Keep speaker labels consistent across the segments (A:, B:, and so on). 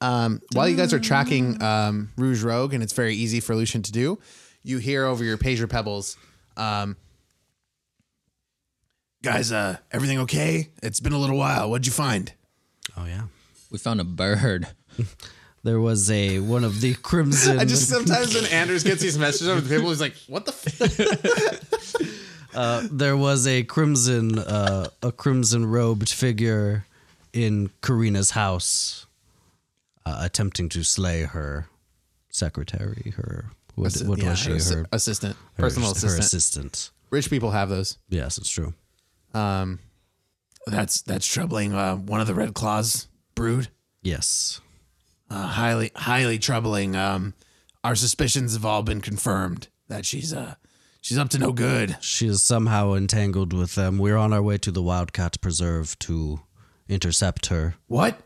A: Um, while you guys are tracking um, Rouge Rogue, and it's very easy for Lucian to do, you hear over your pager pebbles. Um, guys, uh, everything okay? It's been a little while. What'd you find?
B: Oh yeah.
C: We found a bird.
B: There was a one of the crimson.
A: I just sometimes when Anders gets these messages over the table, he's like, "What the?" F-?
B: there was a crimson uh, a crimson robed figure in Karina's house, uh, attempting to slay her secretary. Her what, what
A: Yeah,
B: was she?
A: her
B: Her,
A: assi-
B: her-
A: assistant, personal
B: her
A: assistant.
B: assistant.
A: Rich people have those.
B: Yes, it's true.
A: Um, that's that's troubling. Uh, one of the Red Claws brood.
B: Yes.
A: uh, highly highly troubling. Um, our suspicions have all been confirmed that she's uh she's up to no good.
B: She is somehow entangled with them. We're on our way to the Wildcat Preserve to intercept her.
A: What?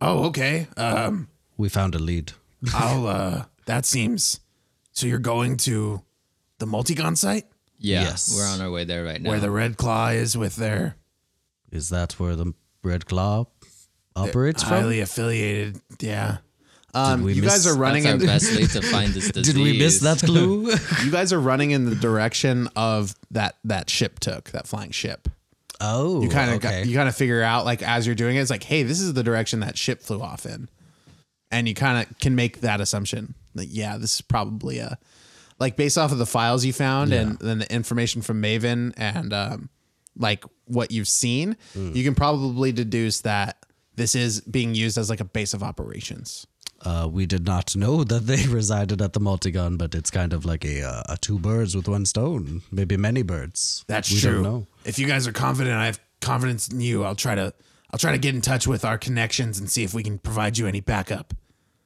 A: Oh, okay. Um,
B: We found a lead.
A: I'll uh that seems. So you're going to the Multigon site
C: Yeah,
B: Yes.
C: we're on our way there right now.
A: where the Red Claw is with their
B: Is that where the Red Claw
A: Uh,
B: operates from?
A: highly affiliated. Yeah. Um,
B: we
A: you
B: miss-
A: guys are running
C: That's our
A: in.
C: best way to find this disease.
B: Did we miss that clue?
A: you guys are running in the direction of that that ship took that flying ship.
B: oh,
A: You kind of
B: okay.
A: you kind of figure out like as you're doing it, it's like, hey, this is the direction that ship flew off in, and you kind of can make that assumption. Like, yeah, this is probably a like based off of the files you found and then the information from Maven and um, like what you've seen,
B: Hmm.
A: you can probably deduce that this is being used as like a base of operations.
B: Uh, we did not know that they resided at the Multigon, but it's kind of like a, uh, a two birds with one stone, maybe many birds.
A: That's
B: we
A: true.
B: Don't know.
A: If you guys are confident, I have confidence in you. I'll try to I'll try to get in touch with our connections and see if we can provide you any backup.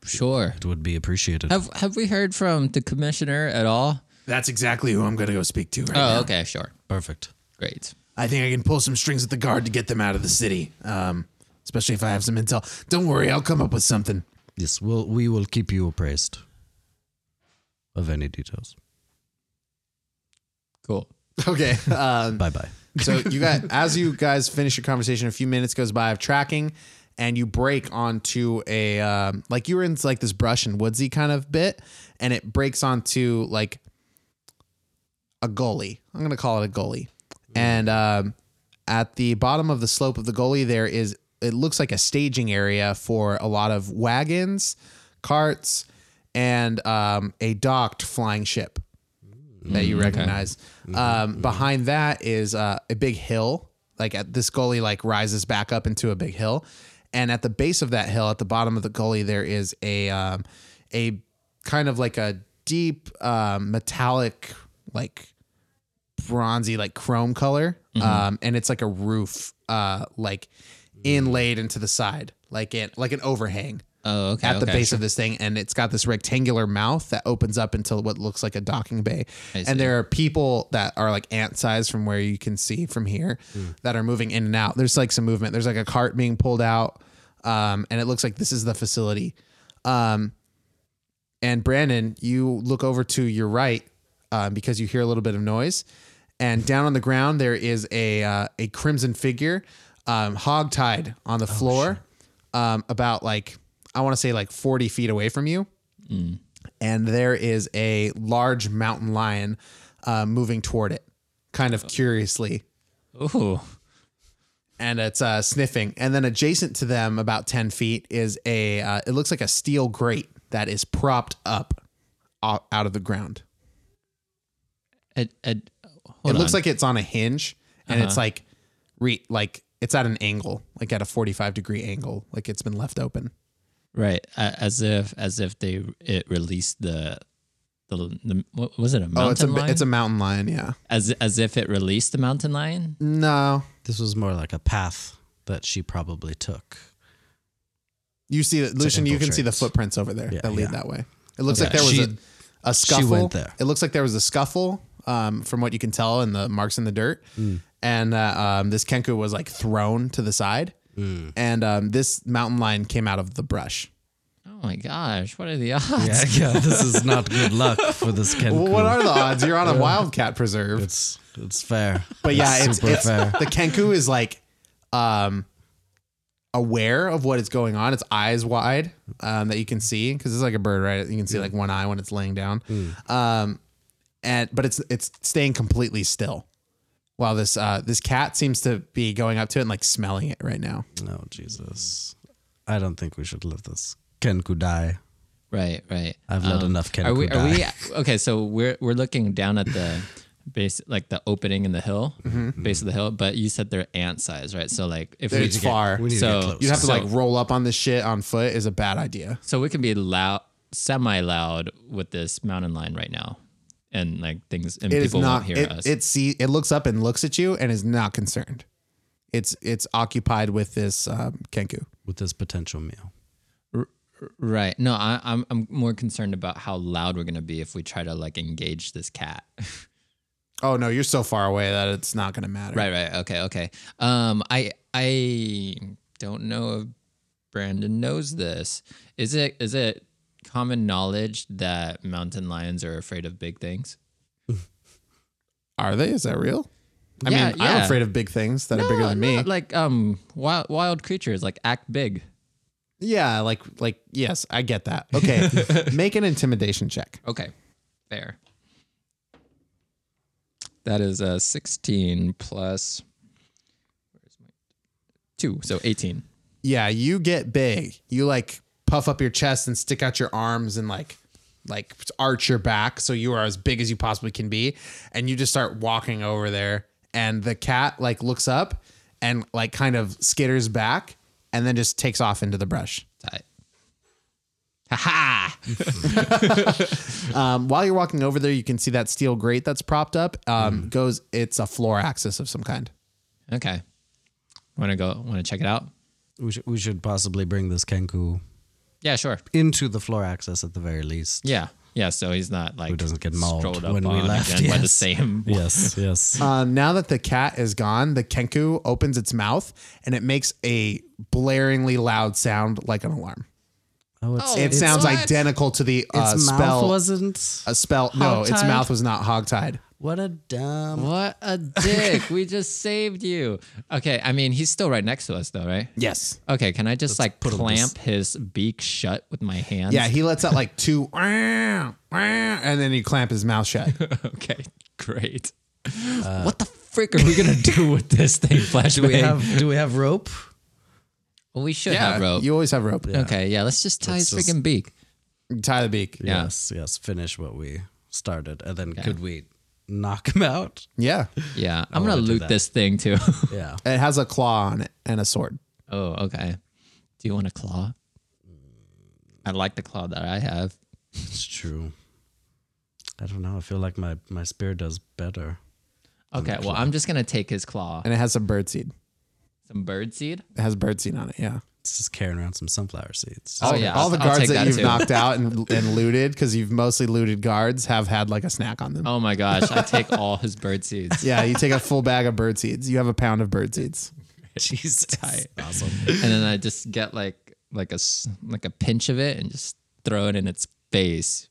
C: Sure.
B: It would be appreciated.
C: Have Have we heard from the commissioner at all?
A: That's exactly who I'm going to go speak to right now.
C: Oh, okay, sure.
B: Perfect.
C: Great.
A: I think I can pull some strings at the guard to get them out of the city. Um, especially if I have some intel. Don't worry, I'll come up with something.
B: Yes, we'll, we will keep you appraised of any details.
C: Cool.
A: Okay. Um,
B: Bye bye.
A: so you got as you guys finish your conversation, a few minutes goes by of tracking, and you break onto a um, like you were in like this brush and woodsy kind of bit, and it breaks onto like a gully. I'm gonna call it a gully, and um, at the bottom of the slope of the gully there is it looks like a staging area for a lot of wagons, carts, and um, a docked flying ship that you recognize. Um, behind that is uh, a big hill. Like at this gully, like rises back up into a big hill, and at the base of that hill, at the bottom of the gully, there is a um, a kind of like a deep um, metallic, like bronzy, like chrome color,
C: Mm-hmm.
A: um, and it's like a roof, uh, like inlaid into the side, like it, like an overhang
C: Oh, okay.
A: at the
C: okay,
A: base
C: sure.
A: of this thing, and it's got this rectangular mouth that opens up into what looks like a docking bay. And there are people that are like ant size from where you can see from here that are moving in and out. There's like some movement. There's like a cart being pulled out, um, and it looks like this is the facility. Um, and Brandon, you look over to your right um, because you hear a little bit of noise, and down on the ground there is a uh, a crimson figure, um, hogtied on the floor, um, about like I want to say like forty feet away from you, and there is a large mountain lion uh, moving toward it, kind of curiously
C: Ooh.
A: and it's uh, sniffing. And then adjacent to them, about ten feet, is a. Uh, it looks like a steel grate that is propped up o- out of the ground.
C: It, it, hold
A: it looks
C: on. Uh-huh.
A: like it's on a hinge, and it's like, re like it's at an angle, like at a forty-five degree angle, like it's been left open.
C: right a- as if as if they it released the the, the what was it a mountain
A: oh, it's a
C: lion?
A: it's a mountain lion. Yeah.
C: as as if it released the mountain lion.
A: No.
B: This was more like a path that she probably took.
A: You see, that Lucian, you can see the
B: infiltrates.
A: footprints over there
B: Yeah,
A: that lead
B: yeah.
A: that way. It looks
B: Okay.
A: like there was
B: She-
A: a, a scuffle.
B: went there.
A: It looks like there was a scuffle, um, from what you can tell in the marks in the dirt. And uh, um, this Kenku was like thrown to the side, and um, this mountain lion came out of the brush.
C: Oh my gosh, what are the odds?
B: Yeah, yeah, this is not good luck for this Kenku.
A: Well, what are the odds? You're on a wildcat preserve.
B: it's it's fair,
A: But yeah, it's,
B: super
A: it's
B: fair.
A: the Kenku is like um aware of what is going on. Its eyes wide um, that you can see because it's like a bird, right? You can see like one eye when it's laying down.
C: Hmm.
A: Um, and but it's it's staying completely still. While this uh, this cat seems to be going up to it and like smelling it right now.
C: Oh,
B: No, Jesus, I don't think we should let this Kenku die.
C: Right, right. Um,
B: I've let enough Kenku
C: Are we? Are
B: die.
C: we? Okay, so we're we're looking down at the base, like the opening in the hill, base of the hill. But you said they're ant size, right? So like, if we
A: Mm-hmm. It's far.
B: we need to
C: so
B: get close.
A: You'd have to
C: so-
A: like roll up on this shit on foot is a bad idea.
C: so we can be loud, semi loud with this mountain line right now, and like things, and
A: It is
C: people
A: not.
C: won't hear
A: It,
C: us.
A: it see. It looks up and looks at you and is not concerned. It's it's occupied with this um, Kenku.
B: with this potential meal?
C: right? No, I, I'm I'm more concerned about how loud we're gonna be if we try to like engage this cat.
A: Oh no, you're so far away that it's not gonna matter.
C: Right, right. Okay, okay. Um, I I don't know if Brandon knows this. Is it is it common knowledge that mountain lions are afraid of big things?
A: Are they? Is that real? I
C: Yeah,
A: mean, I'm
C: yeah.
A: afraid of big things that are bigger than me.
C: Not like um wild wild creatures like act big.
A: yeah, like like yes, I get that. Okay, make an intimidation check.
C: Okay, fair. That is a sixteen plus. Where's my two? So eighteen.
A: Yeah, you get big. You like puff up your chest and stick out your arms and like like arch your back so you are as big as you possibly can be and you just start walking over there and the cat like looks up and like kind of skitters back and then just takes off into the brush.
C: Tight. Ha ha!
A: Um, while you're walking over there, you can see that steel grate that's propped up.
C: Mm-hmm.
A: Um, Goes, it's a floor axis of some kind.
C: Okay. Want to go? Want to check it out?
B: We should we should possibly bring this Kenku
C: Yeah, sure.
B: into the floor access at the very least.
C: Yeah, yeah. So he's not like
B: Who doesn't get mauled
C: strolled up
B: when we
C: on
B: left,
C: again by the
B: yes.
C: same.
B: Yes, yes.
A: Um, now that the cat is gone, the kenku opens its mouth and it makes a blaringly loud sound like an alarm.
B: oh, it's,
C: Oh,
A: It sounds
C: what?
A: identical to the uh,
B: its
A: spell.
B: mouth wasn't.
A: a spell. No, its
B: hogtied?
A: mouth was not hogtied.
B: What a dumb.
C: What a dick! we just saved you. Okay, I mean he's still right next to us though, right?
A: Yes.
C: Okay, can I just like
B: put him
C: clamp his beak shut with my hands?
A: Yeah, he lets out like two, and then you clamp his mouth shut.
C: okay, great. what the frick are we gonna do with this thing, Flashbang?
B: Uh, Do we have do we have rope?
C: Well, we should
A: Yeah,
C: have rope.
A: you always have rope.
C: Okay, yeah. Let's just tie his
B: just-
C: freaking beak.
A: Tie the beak.
C: Yeah.
B: Yes, yes. Finish what we started, and then could we knock him out?
A: Yeah.
C: Yeah, I'm gonna
B: wanna do
C: loot
B: Oh, that.
C: this thing too.
B: Yeah.
A: It has a claw on it and a sword.
C: oh, okay. Do you want a claw? I like the claw that I have.
B: It's true. I don't know. I feel like my my spear does better.
C: Okay, well, I'm just gonna take his claw.
A: And it has some birdseed.
C: Some bird seed.
A: It has birdseed on it. Yeah.
B: It's just carrying around some sunflower seeds.
C: Oh,
A: All-
C: yeah,
A: all
C: I'll-
A: the
C: I'll
A: guards
C: take
A: that,
C: that
A: you've
C: too.
A: knocked out and, and looted, because you've mostly looted guards, have had like a snack on them.
C: Oh my gosh, I take all his bird seeds.
A: Yeah, you take a full bag of bird seeds. You have a pound of bird seeds.
B: Jesus, awesome.
C: and then I just get like like a s- like a pinch of it and just throw it in its face.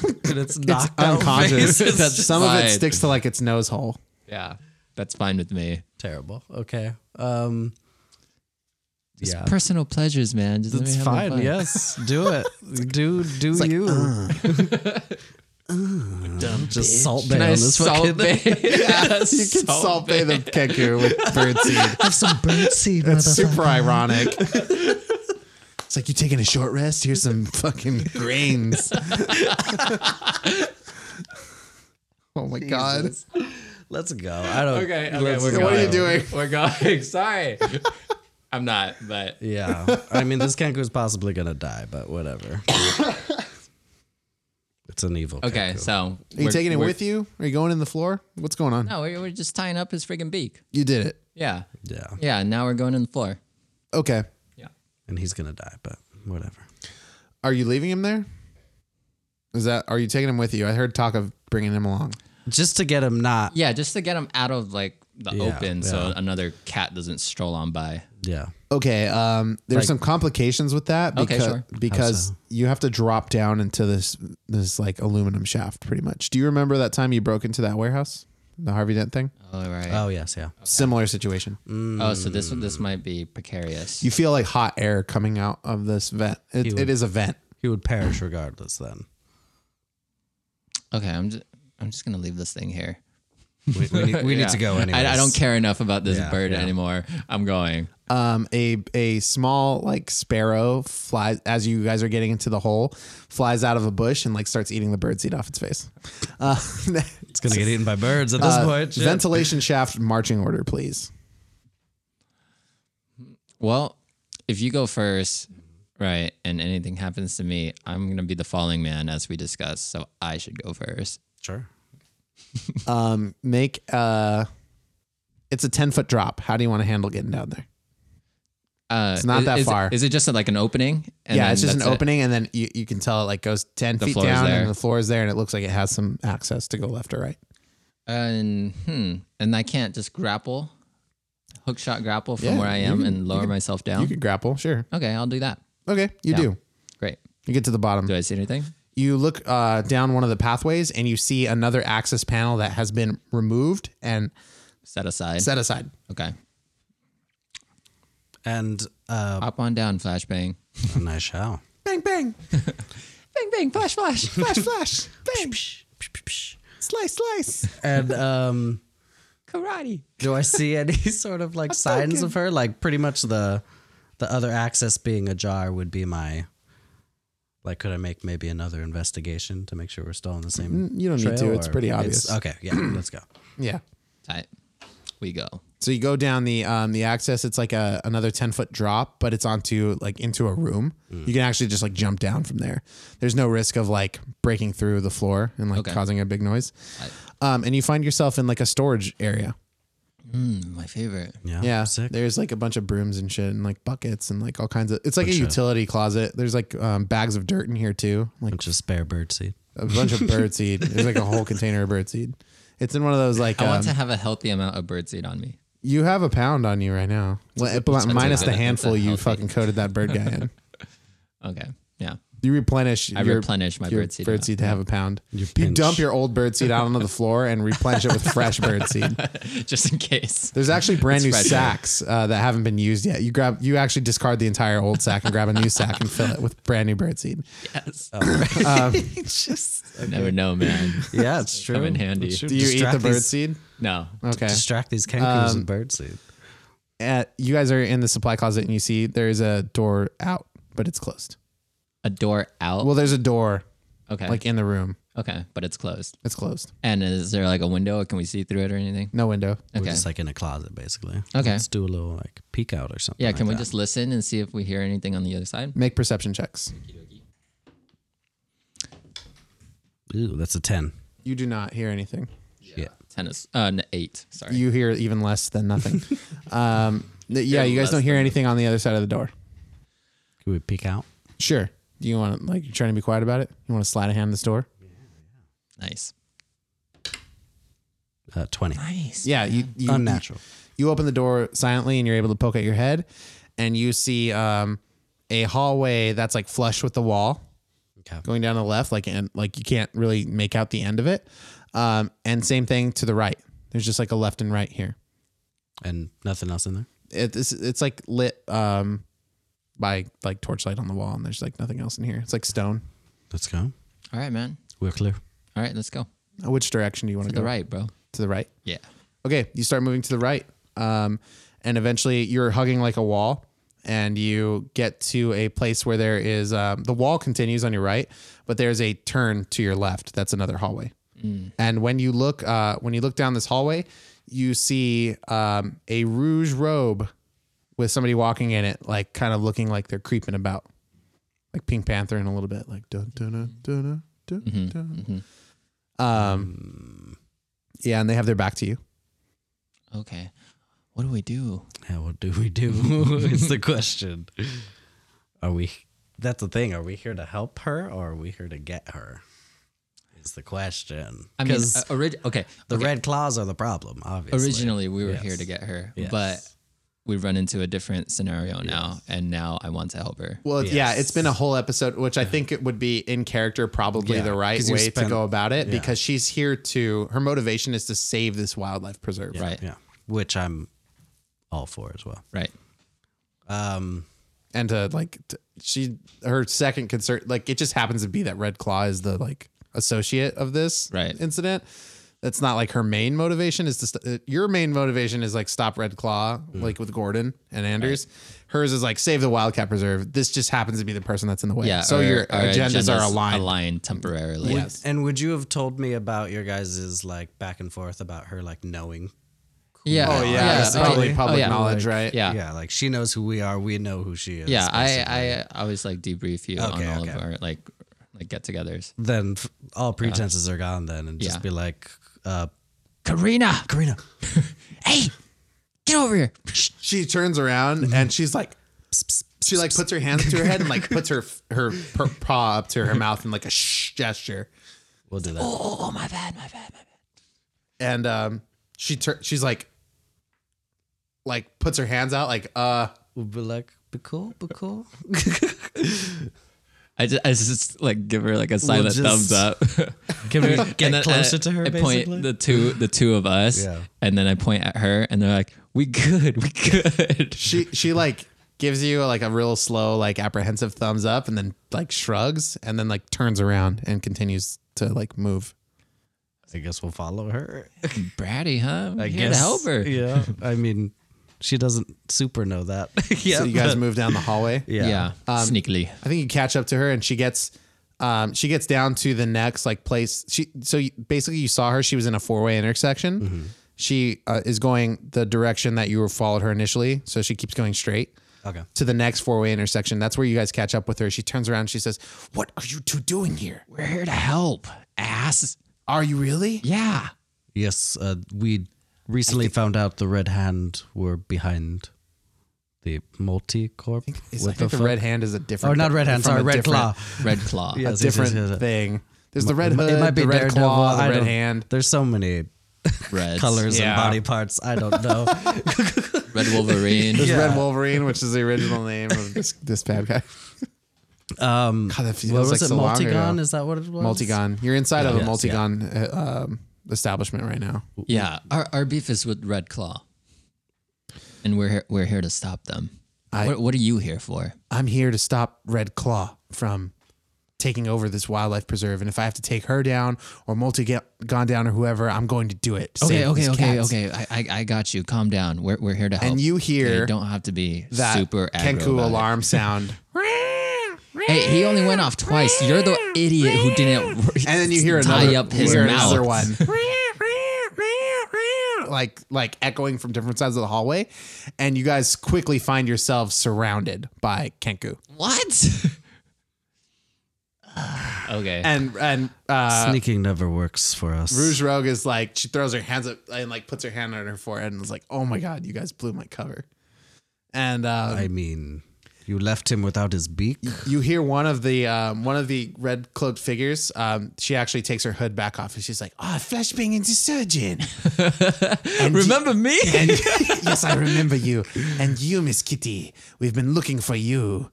B: And it's knocked out
A: Unconscious.
B: face. It's
A: Some of it
C: fine.
A: sticks to like its nose hole.
C: Yeah, that's fine with me.
B: terrible. Okay. Um.
C: Just
B: yeah.
C: personal pleasures, man. Just let me
B: It's
C: have my
B: fine.
C: fun.
B: Yes, do it. do do you?
A: uh,
B: just salt bay
C: Can
B: on
C: I
B: this
C: salt
B: fucking thing.
C: bay? yes,
A: You can salt bay the kenku with birdseed.
B: Have some bird seed, motherfucker.
A: Super ironic. It's like you taking a short rest. Here's some fucking grains. oh my god!
B: Let's go. I don't.
C: Okay, okay,
B: let's
C: we're
B: go.
A: What are you doing?
C: We're going. Oh Sorry, I'm not. But
B: Yeah. I mean, this Kenku is possibly gonna die, but whatever. it's an evil.
C: okay,
B: Kenku.
C: so
A: Are you taking it with you? Are you going in the floor? What's going on?
C: No, we're, we're just tying up his freaking beak.
A: You did it.
C: Yeah,
B: Yeah.
C: yeah. Now we're going in the floor.
A: Okay.
C: Yeah.
B: and he's gonna die. But whatever.
A: Are you leaving him there? Is that are you taking him with you? I heard talk of bringing him along.
B: Just to get him not.
C: Yeah, just to get them out of like the
B: Yeah,
C: open, so
B: yeah.
C: another cat doesn't stroll on by.
B: Yeah.
A: Okay, um, there's
B: Like-
A: some complications with that
C: Okay,
A: because
C: sure.
A: because
B: How so?
A: you have to drop down into this this like aluminum shaft pretty much. Do you remember that time you broke into that warehouse, the Harvey Dent thing?
C: All right.
A: Um,
B: Oh yes. Yeah.
A: Similar situation.
B: Mm.
C: oh, so this this might be precarious.
A: You feel like hot air coming out of this vent. It, it
B: would-
A: is a vent.
B: He would perish regardless. Then
C: okay, I'm just I'm just gonna leave this thing here.
B: we, we need, we
C: Yeah.
B: need to go
C: I-
B: anyway.
C: I, don't care enough about this
B: Yeah,
C: bird
B: yeah.
C: anymore. I'm going.
A: um, a a small like sparrow flies as you guys are getting into the hole, flies out of a bush and like starts eating the birdseed off its face. Uh,
B: It's gonna get eaten by birds at this
A: uh,
B: point. Shit.
A: ventilation shaft marching order, please.
C: Well, if you go first, right, and anything happens to me, I'm gonna be the falling man as we discussed. So I should go first.
B: Sure.
A: Um, make uh, it's a ten foot drop. How do you want to handle getting down there?
C: Uh,
A: It's not
C: is-
A: that
C: is it-
A: far.
C: Is it just like an opening? And
A: yeah,
C: then
A: it's just an
C: that's it?
A: opening, and then you, you can tell it like goes ten
C: The
A: feet
C: floor is
A: down,
C: there.
A: and the floor is there, and it looks like it has some access to go left or right.
C: And hmm, and I can't just grapple, hook shot grapple from
A: Yeah,
C: where I
A: you
C: am
A: can-
C: and lower myself down.
A: You could grapple, sure.
C: okay, I'll do that.
A: Okay, you
C: Oh. Yeah.
A: do.
C: Great.
A: You get to the bottom.
C: Do I see anything?
A: you look uh, down one of the pathways and you see another access panel that has been removed and
C: Set aside.
A: set aside.
C: okay.
B: And uh,
C: Hop on down, flashbang.
B: and I shall.
A: Bang, bang,
C: Bang bang, flash flash.
A: flash, flash, bang, slice, slice.
B: And um,
C: Karate.
B: do I see any sort of like signs of her? Like pretty much the the other access being ajar would be my. Like, could I make maybe another investigation to make sure we're still on the same?
A: Mm, you don't need
B: trail,
A: to. It's
B: or-
A: pretty obvious.
B: okay, yeah, let's go.
A: Yeah.
C: Tight. We go.
A: So you go down the um, the access. It's like a another ten foot drop, but it's onto like into a room.
C: Mm.
A: You can actually just like jump down from there. There's no risk of like breaking through the floor and like
C: Okay.
A: causing a big noise.
C: Right.
A: Um, and you find yourself in like a storage area.
C: Mm, my favorite.
B: Yeah,
A: Yeah,
B: sick.
A: there's like a bunch of brooms and shit, and like buckets and like all kinds of. It's like a utility closet. There's like um, bags of dirt in here too, like
B: Bunch of spare bird seed.
A: a bunch of birdseed. There's like a whole container of birdseed. It's in one of those like
C: I
A: um,
C: want to have a healthy amount of birdseed on me.
A: you have a pound on you right now, Well,
C: a-
A: minus
C: it's
A: the
C: a
A: handful you
C: healthy-
A: fucking coated that bird guy in.
C: Okay. Yeah.
A: You replenish.
C: I
A: your,
C: replenish my
A: your
C: birdseed
A: birdseed to have a pound.
B: You
A: You
B: pinch.
A: dump your old birdseed out onto the floor and replenish it with fresh birdseed.
C: Just in case.
A: There's actually brand new
C: fresh.
A: sacks uh, that haven't been used yet. You grab, you actually discard the entire old sack and grab a new sack and fill it with brand new birdseed.
C: Yes. Never know, man.
B: Yeah, it's true.
C: Come in handy.
B: It should
A: Do you eat
B: distract
A: the bird
B: these-
A: seed? Um,
C: No.
A: Okay.
B: Distract these kangaroos with bird seed.
A: At, you guys are in the supply closet and you see there is a door out, but it's closed.
C: A door out.
A: Well, there's a door
C: okay.
A: like in the room.
C: okay, but it's closed.
A: It's closed.
C: And is there like a window? Or can we see through it or anything?
A: No window.
B: We're
C: Okay.
B: just like in a closet, basically.
C: Okay.
B: Let's do a little like peek out or something.
C: Yeah,
B: like
C: can we
B: that.
C: just listen and see if we hear anything on the other side?
A: Make perception checks.
B: Ooh, that's a ten.
A: You do not hear anything.
B: Yeah.
C: Tennis. Uh, n- eight. Sorry.
A: You hear even less than nothing. um, th- yeah,
C: Hear
A: you guys
C: less
A: don't hear anything on the other side of the door.
B: Can we peek out?
A: Sure. Do you want to like you're trying to be quiet about it? You want to slide a hand this door?
C: nice.
B: Uh, Twenty.
C: Nice.
A: Yeah, you you,
B: Unnatural.
A: you open the door silently and you're able to poke at your head and you see um, a hallway that's like flush with the wall
B: Okay.
A: going down to the left like and like you can't really make out the end of it um, and same thing to the right there's just like a left and right here
B: And nothing else in there.
A: it, it's, it's like lit um, by like torchlight on the wall and there's like nothing else in here it's like stone
B: Let's go.
C: All right, man.
B: We're clear.
C: All right, let's go.
A: Uh, which direction do you want to
C: To
A: go
C: the right, bro.
A: to the right
C: Yeah.
A: okay, you start moving to the right. Um, and eventually you're hugging like a wall and you get to a place where there is um, the wall continues on your right, but there's a turn to your left. That's another hallway.
C: Mm-hmm.
A: And when you look, uh, when you look down this hallway, you see um, a rouge robe with somebody walking in it, like kind of looking like they're creeping about, like Pink Panther in a little bit, like dun dun dun dun dun
B: Mm-hmm.
A: dun. dun.
C: Mm-hmm.
A: Um, yeah, and they have their back to you.
C: Okay. What do we do?
B: Hmm. Yeah. What do we do? Is the question. Are we? That's the thing. Are we here to help her or are we here to get her? Is the question.
C: I mean,
B: 'Cause
C: uh, orig- okay,
B: the
C: okay.
B: red claws are the problem, obviously.
C: originally we were here
B: Yes.
C: to get her,
B: Yes.
C: but we run into a different scenario now, and now I want to help her.
A: Well, it's- yeah,
B: Yes.
A: it's been a whole episode, which I think it would be in character, probably
B: Yeah,
A: the right
B: 'cause you
A: way to
B: spent-
A: go about it,
B: yeah.
A: because she's here to. Her motivation is to save this wildlife preserve.
C: Right,
B: Yeah, which I'm all for as well.
C: right.
B: Um,
A: and to like t she her second concern like it just happens to be that red claw is the like associate of this
C: Right.
A: incident that's not like her main motivation is to st- uh, your main motivation is like stop red claw
C: Mm.
A: like with gordon and anders hers is like save the wildcat preserve this just happens to be the person that's in the way
C: Yeah.
A: so
C: our-
A: your
C: our
A: agendas, are aligned,
C: aligned temporarily.
A: yes
B: and would you have told me about your guys' like back and forth about her like knowing?
C: Yeah.
A: oh yeah, it's
C: oh,
A: probably
C: oh,
A: public
C: yeah.
A: knowledge
B: Like,
A: right
C: Yeah.
B: yeah, like she knows who we are. We know who she is.
C: Yeah,
B: basically.
C: I, I always like debrief you on
B: Okay,
C: all
B: okay.
C: of our like like get-togethers.
B: then f- all pretenses are gone. Then and just
C: Yeah.
B: be like, uh,
C: Karina,
B: Karina,
C: hey, get over here.
A: she turns around and she's like
B: psst, psst,
A: she like puts her hands to her head and like puts her her per- paw up to her mouth in like a shh gesture
B: we'll do that.
C: Oh, oh, my bad, my bad, my bad.
A: and um, she tur- she's like, like puts her hands out, like, uh,
B: We'll be like, be cool, be cool.
C: I just, I just like give her like a silent
B: just-
C: thumbs up.
B: Can we
C: And
B: get
C: then
B: closer
C: I,
B: to her?
C: I
B: basically?
C: point the two the two of us,
B: Yeah.
C: and then I point at her, and they're like, "We good, we good."
A: she she like gives you like a real slow, like apprehensive thumbs up, and then like shrugs, and then like turns around and continues to like move.
B: I guess we'll follow her.
C: Bratty, huh?
B: I
C: Here
B: guess
C: to help her.
B: Yeah, I mean, she doesn't super know that. yeah,
A: so you guys
B: but-
A: move down the hallway.
C: Yeah,
B: yeah.
C: sneakily.
A: I think you catch up to her, and she gets. Um, she gets down to the next like place. She so you, basically you saw her. She was in a four way intersection. She uh, is going the direction that you followed her initially, so she keeps going straight.
B: Okay.
A: to the next four way intersection. That's where you guys catch up with her. She turns around. And she says, "What are you two doing here?
C: We're here to help, ass.
A: Are you really?"
C: Yeah.
B: Yes, uh, we recently found out the Red Hand were behind the Multi Corp.
A: It's- I think the red hand is a different.
B: Oh, not Red Hand.
A: from
B: Sorry,
A: a
B: Red
A: different-
B: Claw.
C: Red Claw.
B: Yeah.
A: A
B: Yes, yes, yes,
A: different
B: yes.
A: thing. There's the red
B: It
A: hood.
B: might be
A: the red
B: Daredevil,
A: claw. The
B: I
A: red
B: don't-
A: hand.
B: There's so many
C: Reds.
B: colors
A: Yeah.
B: and body parts. I don't know.
C: Red Wolverine.
A: There's Red Wolverine, which is the original name of this this bad guy.
B: Um,
A: God, that feels
B: what was
A: like
B: it?
A: so long ago.
B: Multigon? Is that what it was?
A: Multigon. You're inside of a
B: Yes, yeah.
A: Multigon uh, um, establishment right now.
C: yeah. Our our beef is with Red Claw, and we're here, we're here to stop them.
A: I-
C: what, what are you here for?
A: I'm here to stop Red Claw from taking over this wildlife preserve, and if I have to take her down or Multigon down or whoever, I'm going to do it. to
C: Okay,
A: save
C: okay,
A: these
C: okay,
A: cats.
C: okay. I, I I got you. Calm down. We're we're here to help.
A: And you hear
C: You don't have to be
A: that
C: super aggro
A: Kenku
C: about it.
A: alarm sound.
C: Hey, he only went off twice. You're the idiot who didn't
A: And then you hear
C: tie
A: another,
C: up his
A: you hear
C: mouth.
A: another one. like like echoing from different sides of the hallway. And you guys quickly find yourselves surrounded by Kenku.
C: What? okay.
A: And and uh
B: Sneaking never works for us.
A: Rouge Rogue is like she throws her hands up and like puts her hand on her forehead and is like, Oh my god, you guys blew my cover. And uh
B: I mean, you left him without his beak.
A: you hear one of the um, one of the red cloaked figures. Um, she actually takes her hood back off and she's like, "Ah, flashbang into surgeon." and you-
C: Remember me?
A: and yes, I remember you. And you, Miss Kitty, we've been looking for you.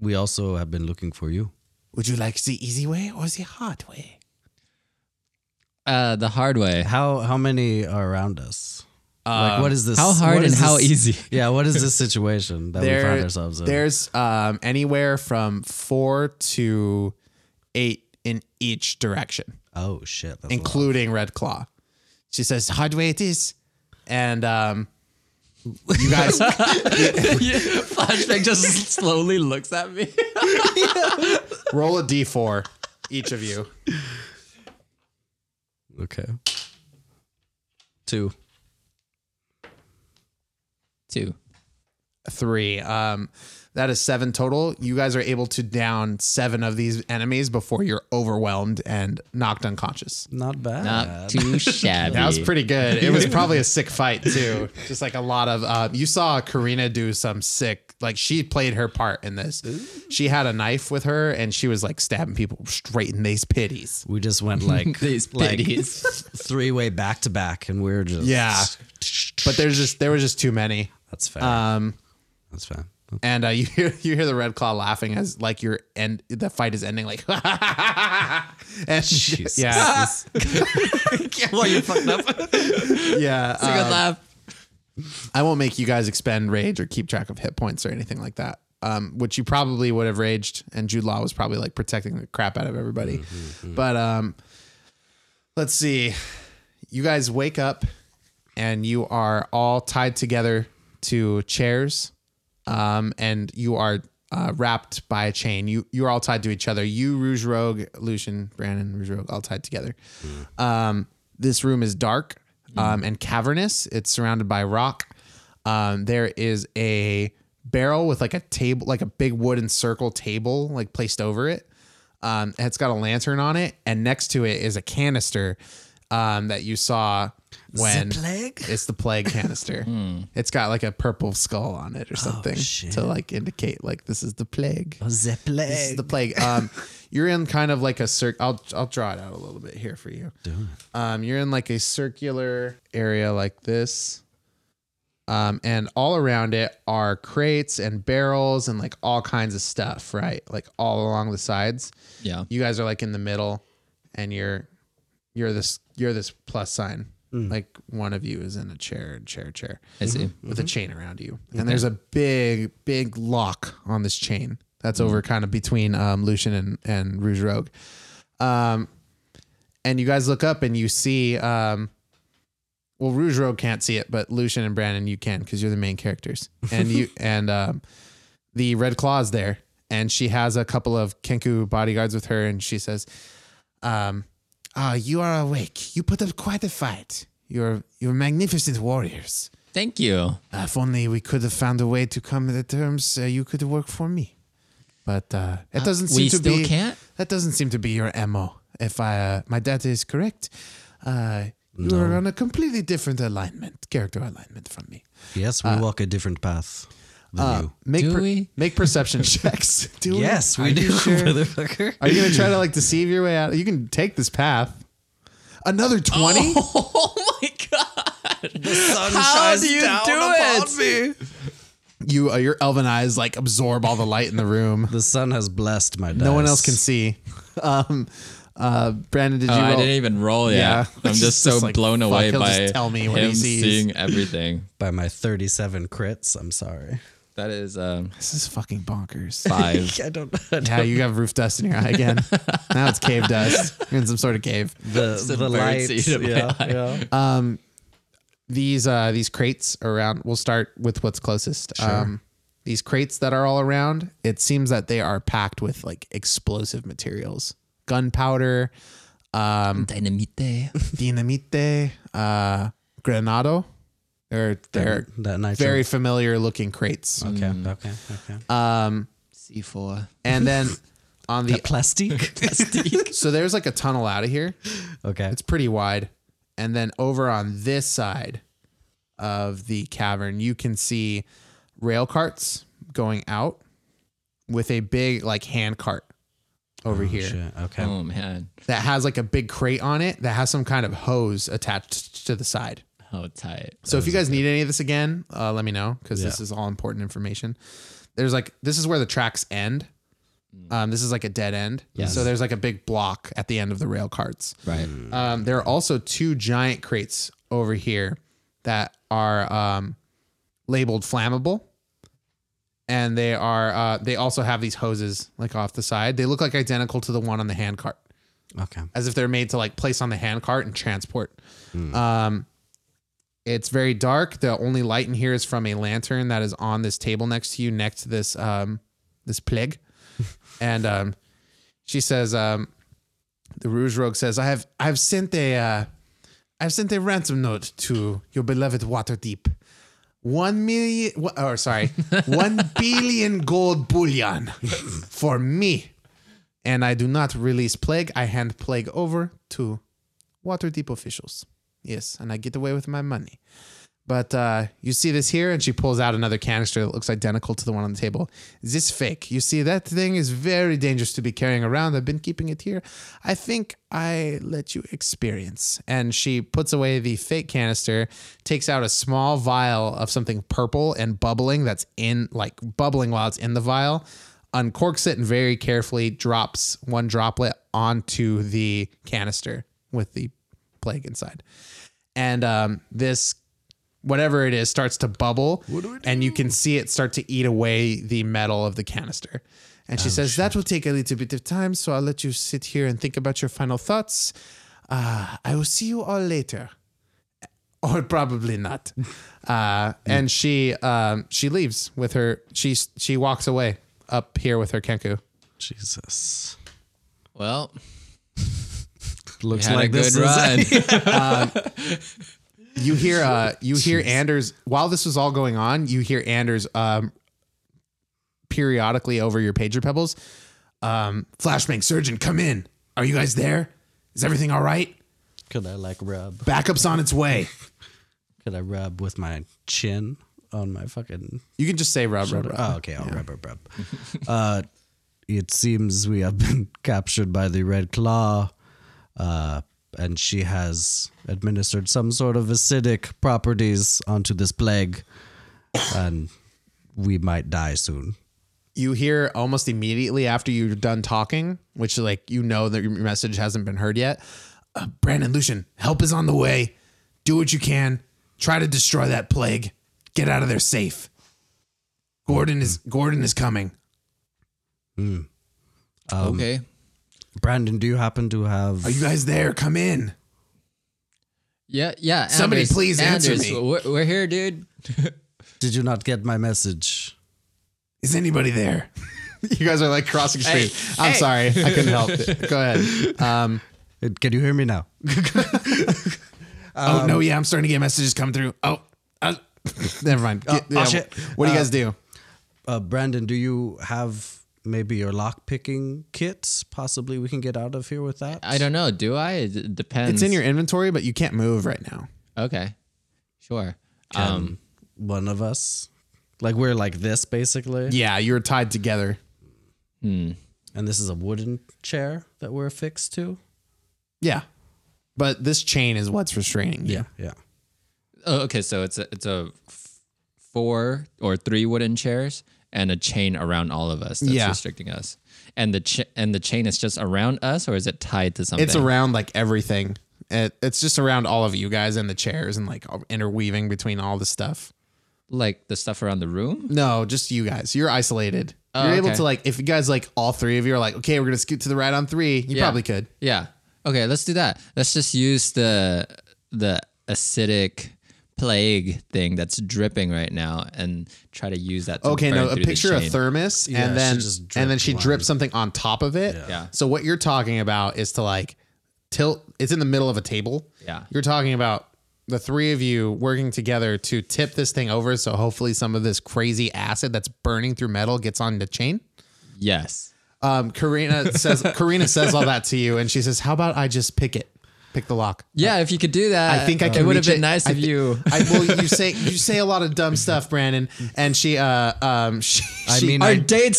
B: We also have been looking for you.
A: Would you like the easy way or the hard way?
C: Uh, the hard way.
B: How how many are around us? like what is this?
C: how hard
B: what is
C: and how
B: this-
C: easy?
B: Yeah, what is this situation that we found ourselves in?
A: There's um, anywhere from four to eight in each direction.
B: oh shit, that's a lot.
A: including Red Claw. She says, "Hard way it is," and um, you guys,
C: Flashback just slowly looks at me.
A: roll a d4, each of you.
B: Okay. Two.
C: Two.
A: three. Um, that is seven total. You guys are able to down seven of these enemies before you're overwhelmed and knocked unconscious.
B: Not bad.
C: Not too shabby.
A: That was pretty good. It was probably a sick fight too. Just like a lot of uh, you saw Karina do some sick. Like she played her part in this. She had a knife with her and she was like stabbing people straight in these pitties.
B: we just went like
C: These
B: like
C: pitties.
B: three way back to back, and we were just
A: Yeah, but there's just there was just too many.
B: That's fair.
A: Um,
B: That's fair.
A: and uh, you hear you hear the red claw laughing as like your end the fight is ending like and
B: Jesus.
A: yeah
C: well, you fucked up. It's
A: yeah
C: a
A: um,
C: good laugh.
A: I won't make you guys expend rage or keep track of hit points or anything like that. Um, which you probably would have raged, and Jude Law was probably like protecting the crap out of everybody. But um, let's see. You guys wake up, and you are all tied together to chairs, um, and you are uh, wrapped by a chain. You you're all tied to each other. You Rouge Rogue, Lucian, Brandon, Rouge Rogue, all tied together. Um, this room is dark um, and cavernous. It's surrounded by rock. Um, there is a barrel with like a table, like a big wooden circle table, like placed over it. Um, and it's got a lantern on it, and next to it is a canister um, that you saw when
B: plague?
A: it's the plague canister. It's got like a purple skull on it or something to like indicate like this is the plague.
B: Oh,
A: This is the plague. Um, you're in kind of like a circ. I'll I'll draw it out a little bit here for you. Um, you're in like a circular area like this. Um, and all around it are crates and barrels and like all kinds of stuff, right? Like all along the sides.
C: Yeah.
A: You guys are like in the middle, and you're you're this you're this plus sign. Like one of you is in a chair, chair, chair
C: I see.
A: with a chain around you. And there's a big, big lock on this chain that's over kind of between um, Lucian and, and Rouge Rogue. Um, and you guys look up and you see, um, well, Rouge Rogue can't see it, but Lucian and Brandon, you can because you're the main characters. And you and um, the Red Claw is there, and she has a couple of Kenku bodyguards with her, and she says, um, "Ah, you are awake. You put up quite a fight. You're you're magnificent warriors."
C: Thank you.
A: Uh, if only we could have found a way to come to terms, uh, you could work for me. But uh, it doesn't seem
C: we
A: to
C: still
A: be.
C: can't?
A: That doesn't seem to be your mo. If I, uh, my data is correct, uh, you are on a completely different alignment, character alignment from me.
B: Yes, we
A: Uh,
B: walk a different path than you.
A: Make
C: Oh, Do we?
A: make perception checks? uh, Do we?
B: Yes, we
A: Are
B: do,
A: you sure?
B: motherfucker.
A: Are you gonna try to like deceive your way out? You can take this path. Another twenty.
C: Oh my god. How do you do it?
A: You uh, your elven eyes like absorb all the light in the room.
B: The sun has blessed my dice.
A: No one else can see. Um, uh, Brandon, did
C: Oh,
A: you?
C: I
A: roll-
C: didn't even roll yet.
A: Yeah.
C: I'm just so
A: Just like,
C: blown
A: fuck,
C: away
A: he'll
C: by
A: just tell me what he
C: him
A: sees.
C: seeing everything.
B: by my 37 crits. I'm sorry.
C: That is um,
A: This is fucking bonkers.
C: five.
B: I don't know.
A: Yeah, you got roof dust in your eye again. now it's cave dust. You're in some sort of cave.
B: The, the
C: bird
B: lights.
C: seed of my
B: Yeah,
C: eye.
B: yeah.
A: These uh these crates around we'll start with what's closest. Um these crates that are all around, it seems that they are packed with like explosive materials. Gunpowder,
C: Mm.
A: um
C: Dynamite.
A: dinamite, uh granado. They're they're
B: that night.
A: very familiar looking crates.
B: Okay, okay, okay.
C: C4.
A: And then on the
B: plastic.
A: so there's like a tunnel out of here.
B: okay.
A: It's pretty wide. And then over on this side of the cavern, you can see rail carts going out with a big like hand cart over here
B: Shit, Okay.
C: Oh man.
A: that has like a big crate on it that has some kind of hose attached to the side.
C: How tight.
A: So if you guys need any of this again, uh, let me know because this is all important information. There's like this is where the tracks end. Um, this is like a dead end. So there's like a big block at the end of the rail carts.
C: Right.
A: Um, there are also two giant crates over here that are um, labeled flammable, and they are uh, they also have these hoses like off the side. They look like identical to the one on the hand cart,
B: Okay.
A: as if they're made to like place on the hand cart and transport. Um, it's very dark. The only light in here is from a lantern that is on this table next to you, next to this um, this plague, and um, she says, um, the Rouge Rogue says, I have I've sent a uh, I've sent a ransom note to your beloved Waterdeep. one million, wha- or sorry, one billion gold bullion for me. And I do not release plague. I hand plague over to Waterdeep officials. Yes, and I get away with my money. But uh, you see this here, and she pulls out another canister that looks identical to the one on the table. Is this fake? You see, that thing is very dangerous to be carrying around. I've been keeping it here. I think I let you experience. And she puts away the fake canister, takes out a small vial of something purple and bubbling that's in, like bubbling while it's in the vial, uncorks it, and very carefully drops one droplet onto the canister with the plague inside. And um, this whatever it is starts to bubble and you can see it start to eat away the metal of the canister and she says that will take a little bit of time so i'll let you sit here and think about your final thoughts uh, i will see you all later or probably not uh, and she um, she leaves with her she she walks away up here with her kenku
B: Jesus.
C: Well,
B: Looks
C: had
B: like
C: a
B: this
C: good ride.
B: is
A: you hear uh you hear anders while this was all going on you hear anders um periodically over your pager pebbles um flashbang surgeon come in are you guys there is everything all right
B: Could I like rub?
A: backup's on its way
B: Could I rub with my chin on my fucking?
A: you can just say rub rub rub
B: Oh, okay. I'll rub, rub, rub. uh, it seems we have been captured by the Red Claw, uh, and she has administered some sort of acidic properties onto this plague, and we might die soon.
A: you hear almost immediately after you're done talking, which like you know that your message hasn't been heard yet. Uh, Brandon Lucian, help is on the way. Do what you can. Try to destroy that plague. Get out of there safe. Gordon is Gordon is coming. Um,
C: okay.
B: Brandon, do you happen to have?
A: Are you guys there? Come in.
C: Yeah, yeah.
A: Somebody
C: Anders,
A: please answer
C: Anders,
A: me.
C: We're, we're here, dude.
B: did you not get my message?
A: Is anybody there? you guys are like crossing streams. I'm
C: hey.
A: sorry, I couldn't help it. Go ahead. Um,
B: Uh, Can you hear me now?
A: oh no, yeah, I'm starting to get messages come through. Oh, uh, never mind.
B: Oh,
A: Yeah,
B: oh, shit.
A: What do you
B: Uh,
A: guys do?
B: Uh, Brandon, do you have maybe your lock picking kit? Possibly we can get out of here with that.
C: I don't know. Do I? It depends.
A: It's in your inventory, but you can't move right now.
C: Okay. Sure. um.
B: One of us, like we're like this basically,
A: Yeah, you're tied together.
B: and this is a wooden chair that we're affixed to.
A: Yeah. But this chain is what's restraining you.
B: yeah.
C: Oh, okay. So it's a, it's a f- four or three wooden chairs and a chain around all of us that's
A: Yeah.
C: restricting us. And the ch- and the chain is just around us, or is it tied to something?
A: It's around like everything. It, it's just around all of you guys and the chairs and like all- interweaving between all the stuff.
C: like the stuff around the room.
A: No, just you guys. You're isolated. Uh,
C: Oh,
A: you're able
C: okay.
A: to like if you guys like all three of you are like, okay, we're gonna scoot to the right on three, you
C: Yeah.
A: probably could.
C: Yeah. Okay. Let's do that. Let's just use the the acidic plague thing that's dripping right now and try to use that. To
A: Okay,
C: burn
A: no,
C: through
A: a
C: the
A: picture of
C: chain.
A: thermos
B: Yeah, she
A: and then
B: just
A: and then
B: dripped
A: she
B: one.
A: drips something on top of it.
C: Yeah.
A: So what you're talking about is to like tilt it's in the middle of a table.
C: Yeah.
A: You're talking about the three of you working together to tip this thing over so hopefully some of this crazy acid that's burning through metal gets on the chain.
C: Yes.
A: Um Karina says Karina says all that to you and she says, How about I just pick it? Pick the lock.
C: Yeah, if you could do that,
A: I think I can.
C: It would have
A: reach
C: been nice
A: I
C: if
A: thi-
C: you.
A: I, well, you say you say a lot of dumb stuff, Brandon, and she, uh, um, she,
B: I
A: she-
B: mean,
C: Our
B: I,
C: dates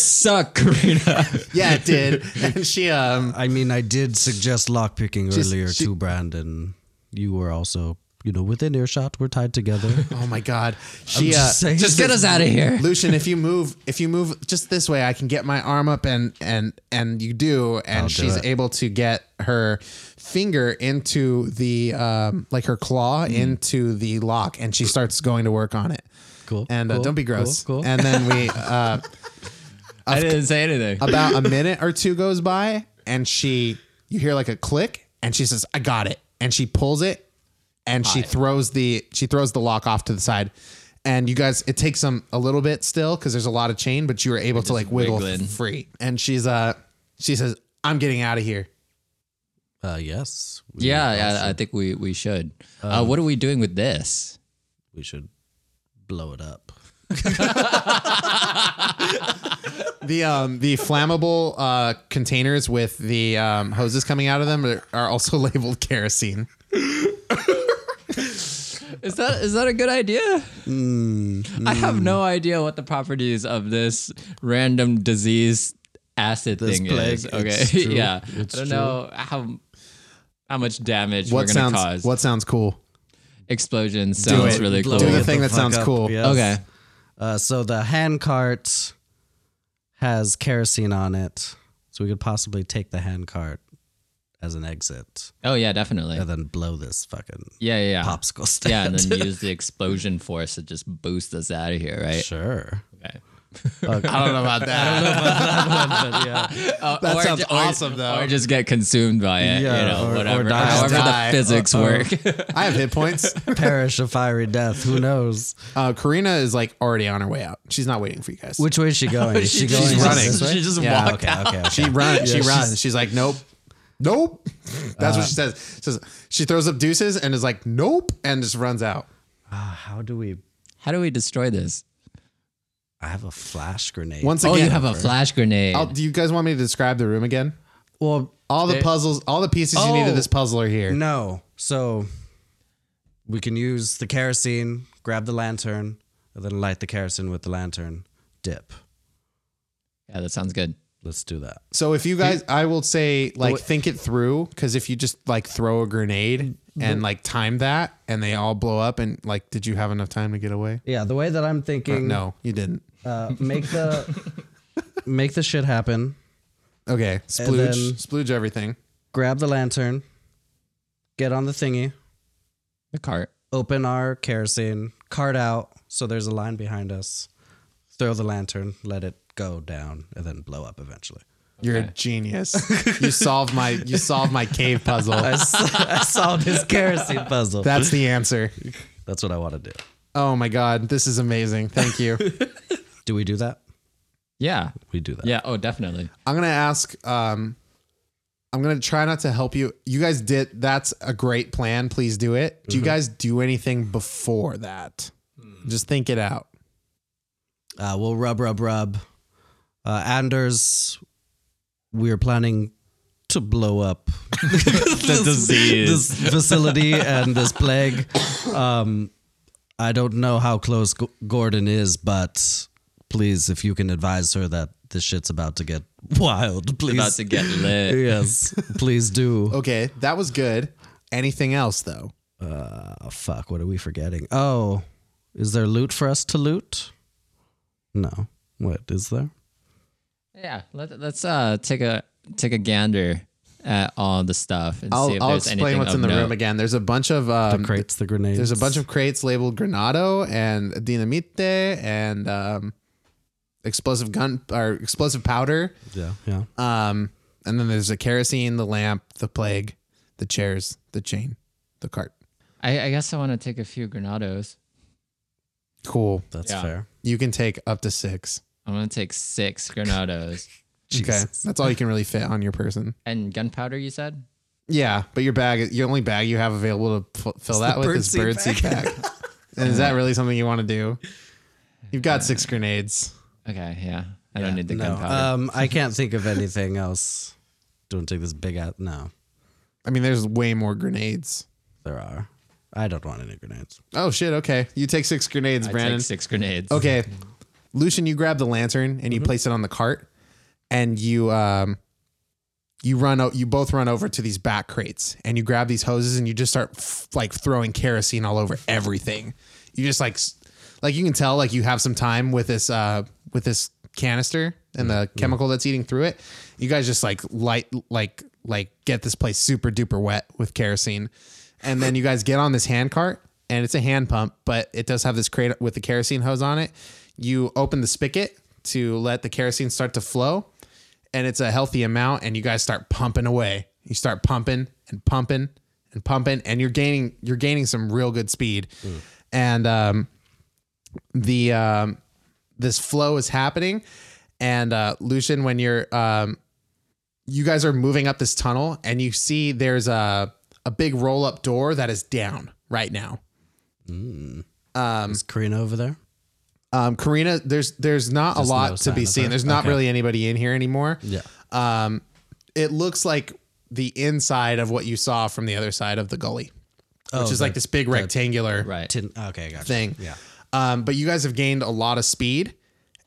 C: suck, Karina.
A: yeah, it did, and she, um,
B: I mean, I did suggest lock picking
A: She's-
B: earlier
A: she-
B: to Brandon. You were also, you know, within earshot. We're tied together.
A: Oh my god. She
B: just
A: uh,
B: saying.
C: Just get us out of here.
A: Lucian, if you move if you move just this way, I can get my arm up and and and you do and
B: I'll do
A: she's
B: it.
A: able to get her finger into the um like her claw
B: Mm-hmm.
A: into the lock and she starts going to work on it.
B: Cool,
A: And uh,
B: cool,
A: don't be gross.
B: cool, cool.
A: And then we uh
C: I didn't say anything.
A: about a minute or two goes by and she you hear like a click and she says i got it and she pulls it and she throws the she throws the lock off to the side and you guys it takes them a little bit still because there's a lot of chain but you were able to like wiggle
C: wiggling.
A: free and she's uh she says i'm getting out of here
B: Uh, yes. we-
C: Yeah, I, I think we we should. uh, what are we doing with this?
B: we should blow it up.
A: The um the flammable uh containers with the um hoses coming out of them are, are also labeled kerosene.
C: Is that is that a good idea? I have no idea what the properties of this random disease acid
B: This
C: thing
B: plague,
C: is. Okay,
B: it's true.
C: yeah,
B: It's
C: I don't
B: true.
C: know how how much damage we're
A: What
C: gonna
A: sounds
C: cause.
A: what sounds cool?
C: Explosion sounds
A: it.
C: really
B: Blow
C: cool.
A: Do the
B: it
A: thing that
B: fuck
A: sounds
B: up,
A: cool.
B: yes.
C: Okay,
B: Uh, so the hand cart has kerosene on it, so we could possibly take the hand cart as an exit
C: oh yeah, definitely.
B: and then blow this fucking
C: Yeah, yeah, yeah.
B: popsicle stand.
C: Yeah, and then use the explosion force to just boost us out of here, right?
B: sure.
C: Okay.
A: I don't know about that.
C: Oh,
A: That
C: or
A: sounds
C: ju- or-
A: awesome, though.
C: Or just get consumed by it,
B: Yeah,
C: you know,
B: or- or
C: whatever.
B: die.
C: However
A: Die. Uh,
C: the physics
B: Uh-oh.
C: work.
A: I have hit points.
B: Perish a fiery death. Who knows?
A: Uh, Karina is like already on her way out. She's not waiting for you guys.
B: Which way is she going? Is she
C: She's
B: going?
C: just-
A: running.
B: this way?
C: She just
B: yeah,
C: walked
B: okay, Okay, okay.
A: she runs. she runs. She's, like, nope, nope. That's
B: Uh.
A: what she says. says. She throws up deuces and is like, nope, and just runs out.
B: Ah, How do we?
C: How do we destroy this?
B: I have a flash grenade.
A: Once
C: Oh,
A: again,
C: you have a flash grenade.
A: I'll- do you guys want me to describe the room again?
B: well,
A: All the puzzles, all the pieces you need to
B: Oh.
A: this puzzle are here.
B: no. So we can use the kerosene, grab the lantern, and then light the kerosene with the lantern. Dip.
C: yeah, that sounds good.
B: Let's do that.
A: So if you guys, I will say, like, think it through because if you just like throw a
B: Mm,
A: grenade and like time that, and they all blow up, and like, did you have enough time to get away? Uh,
B: Yeah, the way that I'm thinking.
A: No, you didn't.
B: Uh, make the make the shit happen.
A: Okay,
B: And
A: splooge,
B: then-
A: splooge everything.
B: Grab the lantern. Get on the thingy.
C: The cart.
B: open our kerosene, cart out so there's a line behind us, throw the lantern, let it go down, and then blow up eventually.
A: You're a genius. you solved my you solved my cave puzzle.
B: I, s- I solved his kerosene puzzle.
A: That's the answer.
B: That's what I want to do.
A: Oh my god, this is amazing. Thank you.
B: Do we do that?
C: Yeah.
B: We do that.
C: Yeah. Oh, definitely.
A: I'm gonna ask. Um, I'm gonna try not to help you. You guys did. That's a great plan. Please do it. Do
C: Mm-hmm.
A: you guys do anything before that?
C: Hmm.
A: Just think it out.
B: Uh, we'll rub, rub, rub. Uh, Anders, we're planning to blow up
C: The disease.
B: this facility and this plague. Um, I don't know how close G- Gordon is, but please, if you can advise her that this shit's about to get wild, please.
C: About to get lit.
B: yes, please do.
A: Okay, that was good. Anything else though?
B: Oh, fuck, what are we forgetting? Oh, is there loot for us to loot? No. What is there?
C: Yeah. Let, let's uh take a take a gander at all the stuff and see
A: I'll,
C: if
A: I'll
C: there's
A: explain
C: anything
A: what's
C: of
A: in the
C: note.
A: room again. There's a bunch of um,
B: Crates, the grenades.
A: There's a bunch of crates labeled Granado and Dinamite and um, explosive gun or explosive powder.
B: Yeah, yeah.
A: Um, and then there's the kerosene, the lamp, the plague, the chairs, the chain, the cart.
C: I, I guess I want to take a few granados.
A: Cool.
B: That's
C: Yeah.
B: fair.
A: You can take up to six.
C: I'm gonna take six granados
A: Okay, that's all you can really fit on your person.
C: and gunpowder. You said.
A: Yeah, but your bag, your only bag you have available to f- fill that with is birdseed bag. and is that really something you want to do? You've got six grenades.
C: Okay. Yeah. I don't need the
B: No,
C: gunpowder.
B: um, I can't think of anything else. Don't take this big out. No,
A: I mean, there's way more grenades.
B: there are. I don't want any grenades.
A: Oh shit! Okay, you take six grenades,
C: I
A: Brandon.
C: take six grenades.
A: Okay, Lucian, you grab the lantern and you
C: Mm-hmm.
A: place it on the cart, and you um, you run out. You both run over to these back crates, and you grab these hoses, and you just start f- like throwing kerosene all over everything. You just like, s- like you can tell, like you have some time with this uh with this canister and the chemical that's eating through it. You guys just like light like like get this place super duper wet with kerosene, and then you guys get on this hand cart and it's a hand pump, but it does have this crate with the kerosene hose on it. You open the spigot to let the kerosene start to flow, and it's a healthy amount, and you guys start pumping away. You start pumping and pumping and pumping, and you're gaining you're gaining some real good speed, and um, the um, this flow is happening. And uh, Lucian, when you're um, you guys are moving up this tunnel and you see there's a a big roll up door that is down right now.
B: Is Karina over there?
A: Um, Karina, there's there's not
B: Just
A: a lot
B: no
A: to
B: sign
A: be
B: of
A: seen.
B: her.
A: There's not
B: Okay.
A: really anybody in here anymore.
B: Yeah.
A: Um, it looks like the inside of what you saw from the other side of the gully, which is like this big rectangular
C: Right.
B: Oh, Tin, oh, okay, I gotcha.
A: thing.
B: Yeah.
A: Um, but you guys have gained a lot of speed,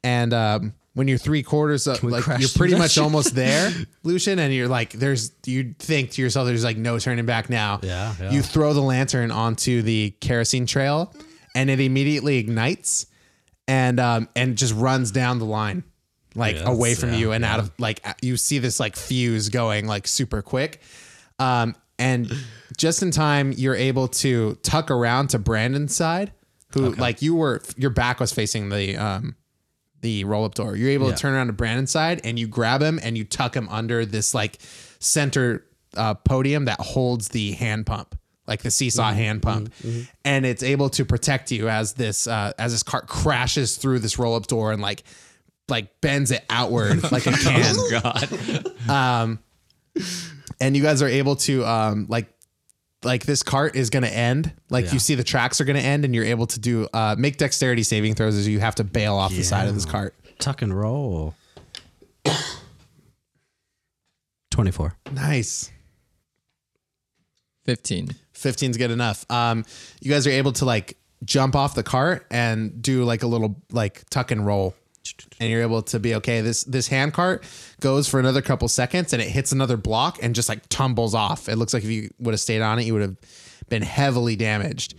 A: and um, when you're three quarters of,
B: we
A: like
B: crash
A: you're pretty
B: through that
A: much
B: shit?
A: almost there, Lucian, and you're like, there's you think to yourself, there's like no turning back now.
B: Yeah, yeah.
A: You throw the lantern onto the kerosene trail, and it immediately ignites, and um, and just runs down the line. Like
B: Yeah,
A: away
B: that's-
A: from
B: yeah,
A: you and out of like you see this like fuse going like super quick, um, and just in time, you're able to tuck around to Brandon's side, who like you were, your back was facing the um, the roll up door. You're able
B: Yeah.
A: to turn around to Brandon's side, and you grab him and you tuck him under this like center uh, podium that holds the hand pump, like the seesaw hand pump, and it's able to protect you as this uh, as this cart crashes through this roll up door and like like bends it outward like a can Um,
C: God.
A: and you guys are able to um like like this cart is gonna end like you see the tracks are gonna end and you're able to do uh make dexterity saving throws as you have to bail off the side of this cart
B: Tuck and roll. 24.
A: nice
C: 15.
A: 15's good enough um you guys are able to like jump off the cart and do like a little like tuck and roll and you're able to be okay this this hand cart goes for another couple seconds and it hits another block and just like tumbles off it looks like if you would have stayed on it you would have been heavily damaged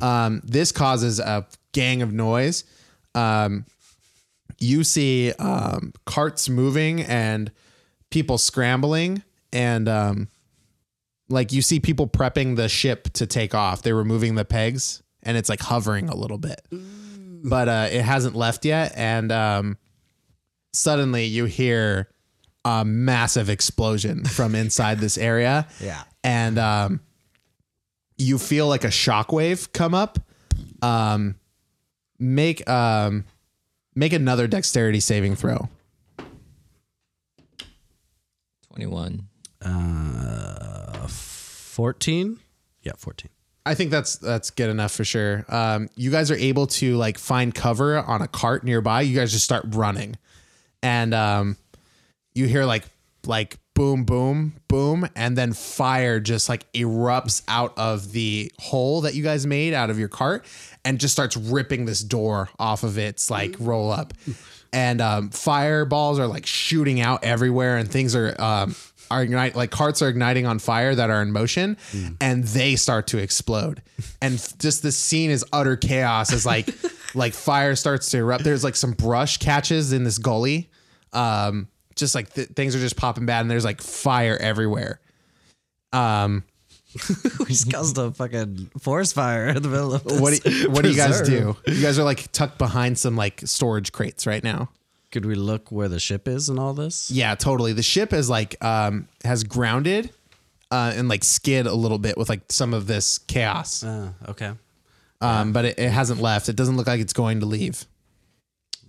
A: um, this causes a gang of noise Um, you see um, carts moving and people scrambling and um, like you see people prepping the ship to take off they were moving the pegs and it's like hovering a little bit but uh, it hasn't left yet and um, suddenly you hear a massive explosion from inside this area
B: Yeah.
A: and um, you feel like a shockwave come up um, make um, make another dexterity saving throw
C: 21.
B: Uh, 14? Yeah, 14.
A: I think that's that's good enough for sure. Um, you guys are able to like find cover on a cart nearby. You guys just start running, and um, you hear like like boom, boom, boom, and then fire just like erupts out of the hole that you guys made out of your cart, and just starts ripping this door off of its like roll up, and um, fireballs are like shooting out everywhere, and things are um, are ignite like carts are igniting on fire that are in motion and they start to explode and f- just the scene is utter chaos as like like fire starts to erupt there's like some brush catches in this gully um just like th- things are just popping bad and there's like fire everywhere um
B: we just caused a fucking forest fire in the middle of this.
A: what do, you- what do you guys
B: preserve.
A: do you guys are like tucked behind some like storage crates right now
B: Could we look where the ship is and all this?
A: Yeah, totally. The ship is like um has grounded uh and like skid a little bit with like some of this chaos.
B: Uh, okay.
A: Um but it, it hasn't left. It doesn't look like it's going to leave.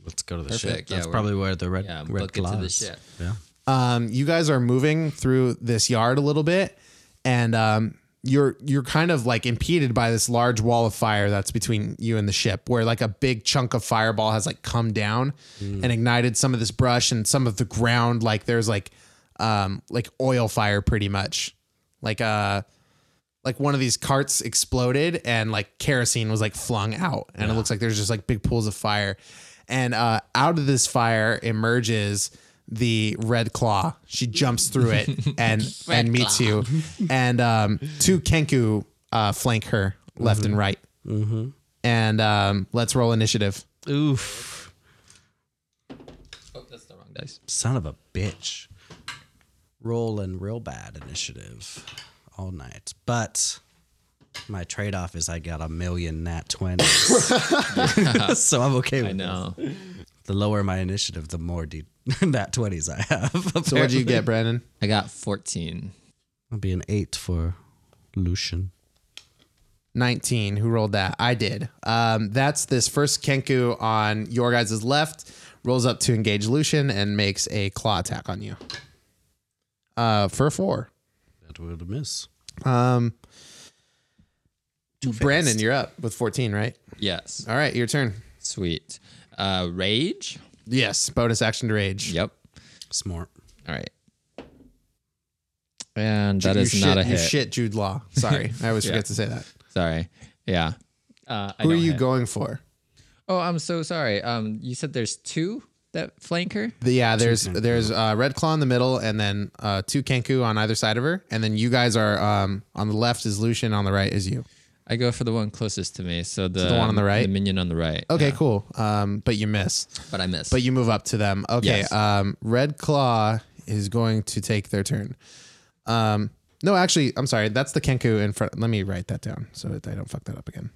B: Let's go to the ship.
C: Perfect. Yeah,
B: That's
C: we're-
B: probably where the red,
C: Yeah,
B: red
C: book it to the
B: gloves.
C: ship.
B: Yeah.
A: Um you guys are moving through this yard a little bit and um you're you're kind of like impeded by this large wall of fire that's between you and the ship where like a big chunk of fireball has like come down and ignited some of this brush and some of the ground like there's like um like oil fire pretty much. Like uh like one of these carts exploded and like kerosene was like flung out and it looks like there's just like big pools of fire and uh out of this fire emerges the red claw she jumps through it and and meets you and um two kenku uh flank her left and right Mm-hmm. and um let's roll initiative
B: Oof.
C: Oh, that's the wrong dice.
B: Son of a bitch. Rolling real bad initiative all night. But my trade off is I got a million nat 20s. so I'm okay with
C: I know.
B: it. The lower my initiative, the more de- nat 20s I have.
A: so what'd you get brandon
C: I got 14.
B: I'll be an eight for Lucian.
A: 19 who rolled that i did um, that's this first kenku on your guys' left rolls up to engage lucian and makes a claw attack on you uh, for four
B: That would miss.
A: um, Brandon, you're up with 14, right?
C: Yes.
A: All right, your turn.
C: Sweet. Uh, rage.
A: Yes, bonus action to rage.
C: Yep.
B: Smart.
C: All right. And
A: Ju-
C: that
A: you
C: is not
A: shit,
C: a
A: You
C: hit.
A: shit Jude Law. Sorry, I always forget to say that.
C: Sorry. Yeah. Uh, I
A: Who are
C: don't
A: you
C: hit.
A: going for?
C: Oh, I'm so sorry. Um, you said there's two that flank her.
A: The, yeah, there's there's uh, Red Claw in the middle, and then uh, two Kenku on either side of her, and then you guys are um, on the left is Lucian, on the right is you.
C: I go for the one closest to me. So the,
A: the one on the right?
C: the minion on the right.
A: Okay, cool. Um, but you miss,
C: but I missed.
A: but you move up to them. Okay,
C: Yes.
A: um, Red Claw is going to take their turn. Um, no, actually, I'm sorry. That's the Kenku in front. Let me write that down so that I don't fuck that up again.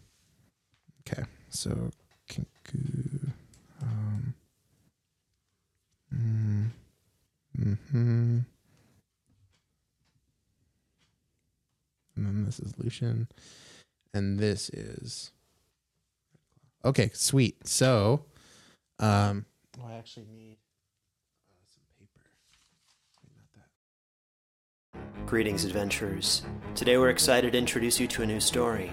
A: Okay, so Kenku. Um, mm, mm-hmm. And then this is Lucian. And this is. Okay, sweet. So, um, oh, I actually need uh, some paper.
D: Greetings, adventurers. Today we're excited to introduce you to a new story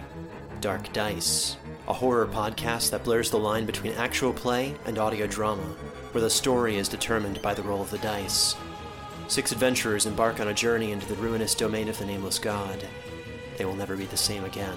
D: Dark Dice, a horror podcast that blurs the line between actual play and audio drama, where the story is determined by the roll of the dice. Six adventurers embark on a journey into the ruinous domain of the Nameless God. They will never be the same again.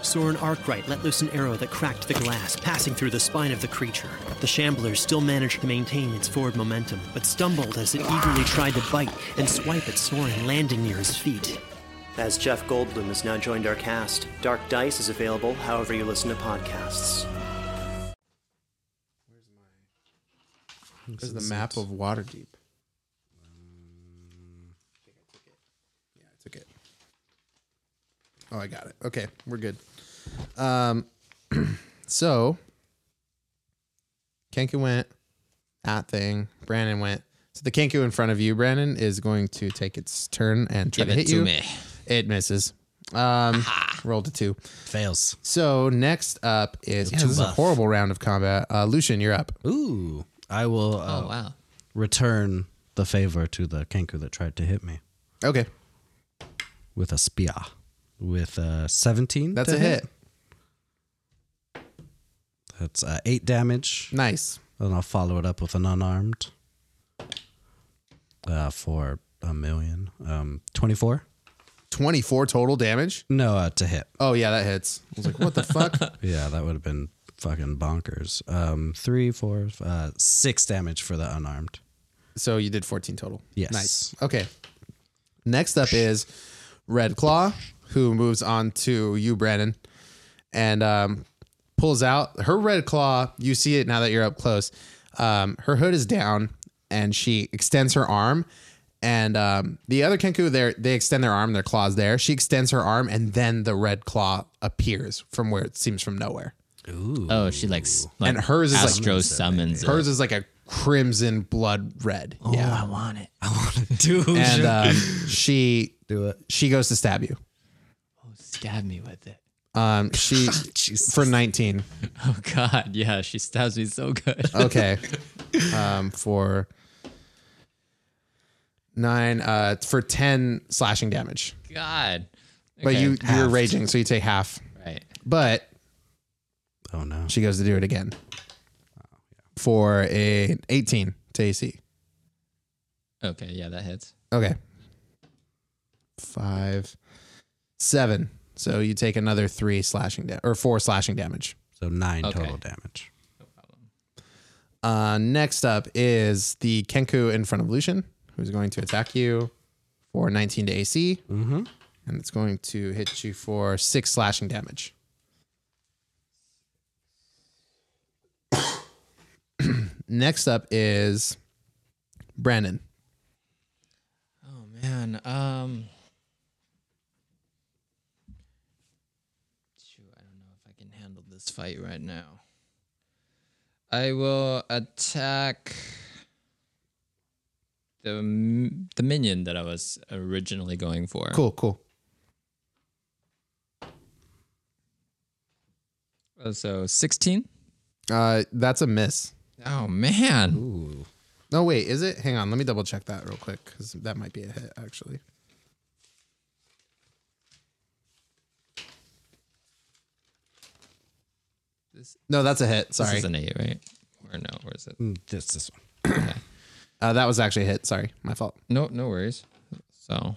D: Soren Arkwright let loose an arrow that cracked the glass, passing through the spine of the creature. The shambler still managed to maintain its forward momentum, but stumbled as it eagerly tried to bite and swipe at Soren, landing near his feet. As Jeff Goldblum has now joined our cast, Dark Dice is available however you listen to podcasts.
A: This is the map of Waterdeep. I think I took it. Yeah, I took it. Oh, I got it. Okay, we're good. Um, so Kenku went. At thing. Brandon went. So the Kenku in front of you, Brandon, is going to take its turn and try
C: Give
A: to
C: it
A: hit
C: to
A: you.
C: me.
A: It misses. Um, rolled a two.
B: Fails.
A: So next up is, yeah, this is a
B: buff.
A: horrible round of combat. Uh, Lucian, you're up.
B: Ooh. I will uh,
C: oh wow.
B: return the favor to the Kenku that tried to hit me
A: Okay,
B: with a spear. With uh, 17.
A: that's
B: to
A: a hit.
B: That's uh, 8 damage.
A: Nice.
B: Then I'll follow it up with an unarmed uh, for a million. Um, 24?
A: 24 total damage.
B: No, uh, to hit.
A: Oh, yeah, that hits. I was like, what the fuck?
B: Yeah, that would have been fucking bonkers. Um, three, four, f- uh, six damage for the unarmed.
A: So you did 14 total.
B: Yes.
A: Nice. Okay. Next up is Red Claw, who moves on to you, Brandon, and um, pulls out her Red Claw. You see it now that you're up close. Um, her hood is down, and she extends her arm. And um, the other Kenku, there they extend their arm, their claws there. She extends her arm, and then the Red Claw appears from where it seems from nowhere.
C: Oh, she like, s- like
A: And hers is like-
C: Astro summons.
A: Hers is like a crimson blood red.
B: Oh,
A: yeah.
C: I want it.
B: Dude.
A: and um, she
B: Do it.
A: she goes to stab you.
C: Stab me with it.
A: Um, she for nineteen.
C: Oh God, yeah, she stabs me so good.
A: Okay, um, for nine uh, for ten slashing damage.
C: God,
A: But
C: Okay,
A: you you're
B: halved.
A: raging, so you take half.
C: right?
A: But
B: Oh, no.
A: she goes to do it again for a eighteen to AC.
C: Okay, yeah, that hits.
A: Okay, five, seven. So you take another three slashing da- or four slashing damage.
B: So nine
C: Okay.
B: total damage.
A: Uh, next up is the Kenku in front of Lucian, who's going to attack you for 19 to AC,
B: Mm-hmm.
A: and it's going to hit you for six slashing damage. next up is Brandon.
C: Oh man, um, shoot, I don't know if I can handle this fight right now. I will attack the m- the minion that I was originally going for.
A: Cool, cool.
C: Uh, So sixteen.
A: Uh, that's a miss.
C: Oh man.
A: No, wait, is it? Hang on, let me double check that real quick because that might be a hit actually. No, that's a hit.
C: This
A: Sorry,
C: is an eight, right? Or no? Where is it?
B: This Mm, this one.
A: uh, that was actually a hit. Sorry, my fault.
C: No, no worries. So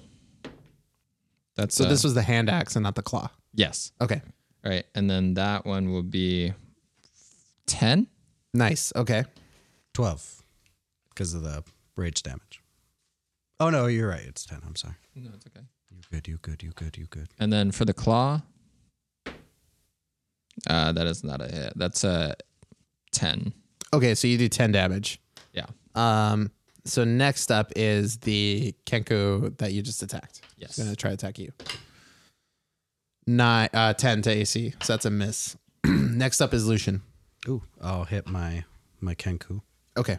C: that's
A: So
C: uh,
A: this was the hand axe and not the claw.
C: yes.
A: Okay,
C: All right, and then that one will be ten.
A: nice. Okay,
B: Twelve, because of the rage damage. Oh no, you're right. It's ten. I'm sorry.
C: No, it's okay.
B: You good? You good? You good? You good?
C: And then for the claw, uh, that is not a hit. That's a ten.
A: okay. So you do ten damage.
C: Yeah.
A: Um. So next up is the Kenku that you just attacked.
C: Yes.
A: It's gonna try to attack you. Nine, uh, ten to AC. So that's a miss. next up is Lucian.
B: Ooh, I'll hit my my Kenku.
A: Okay.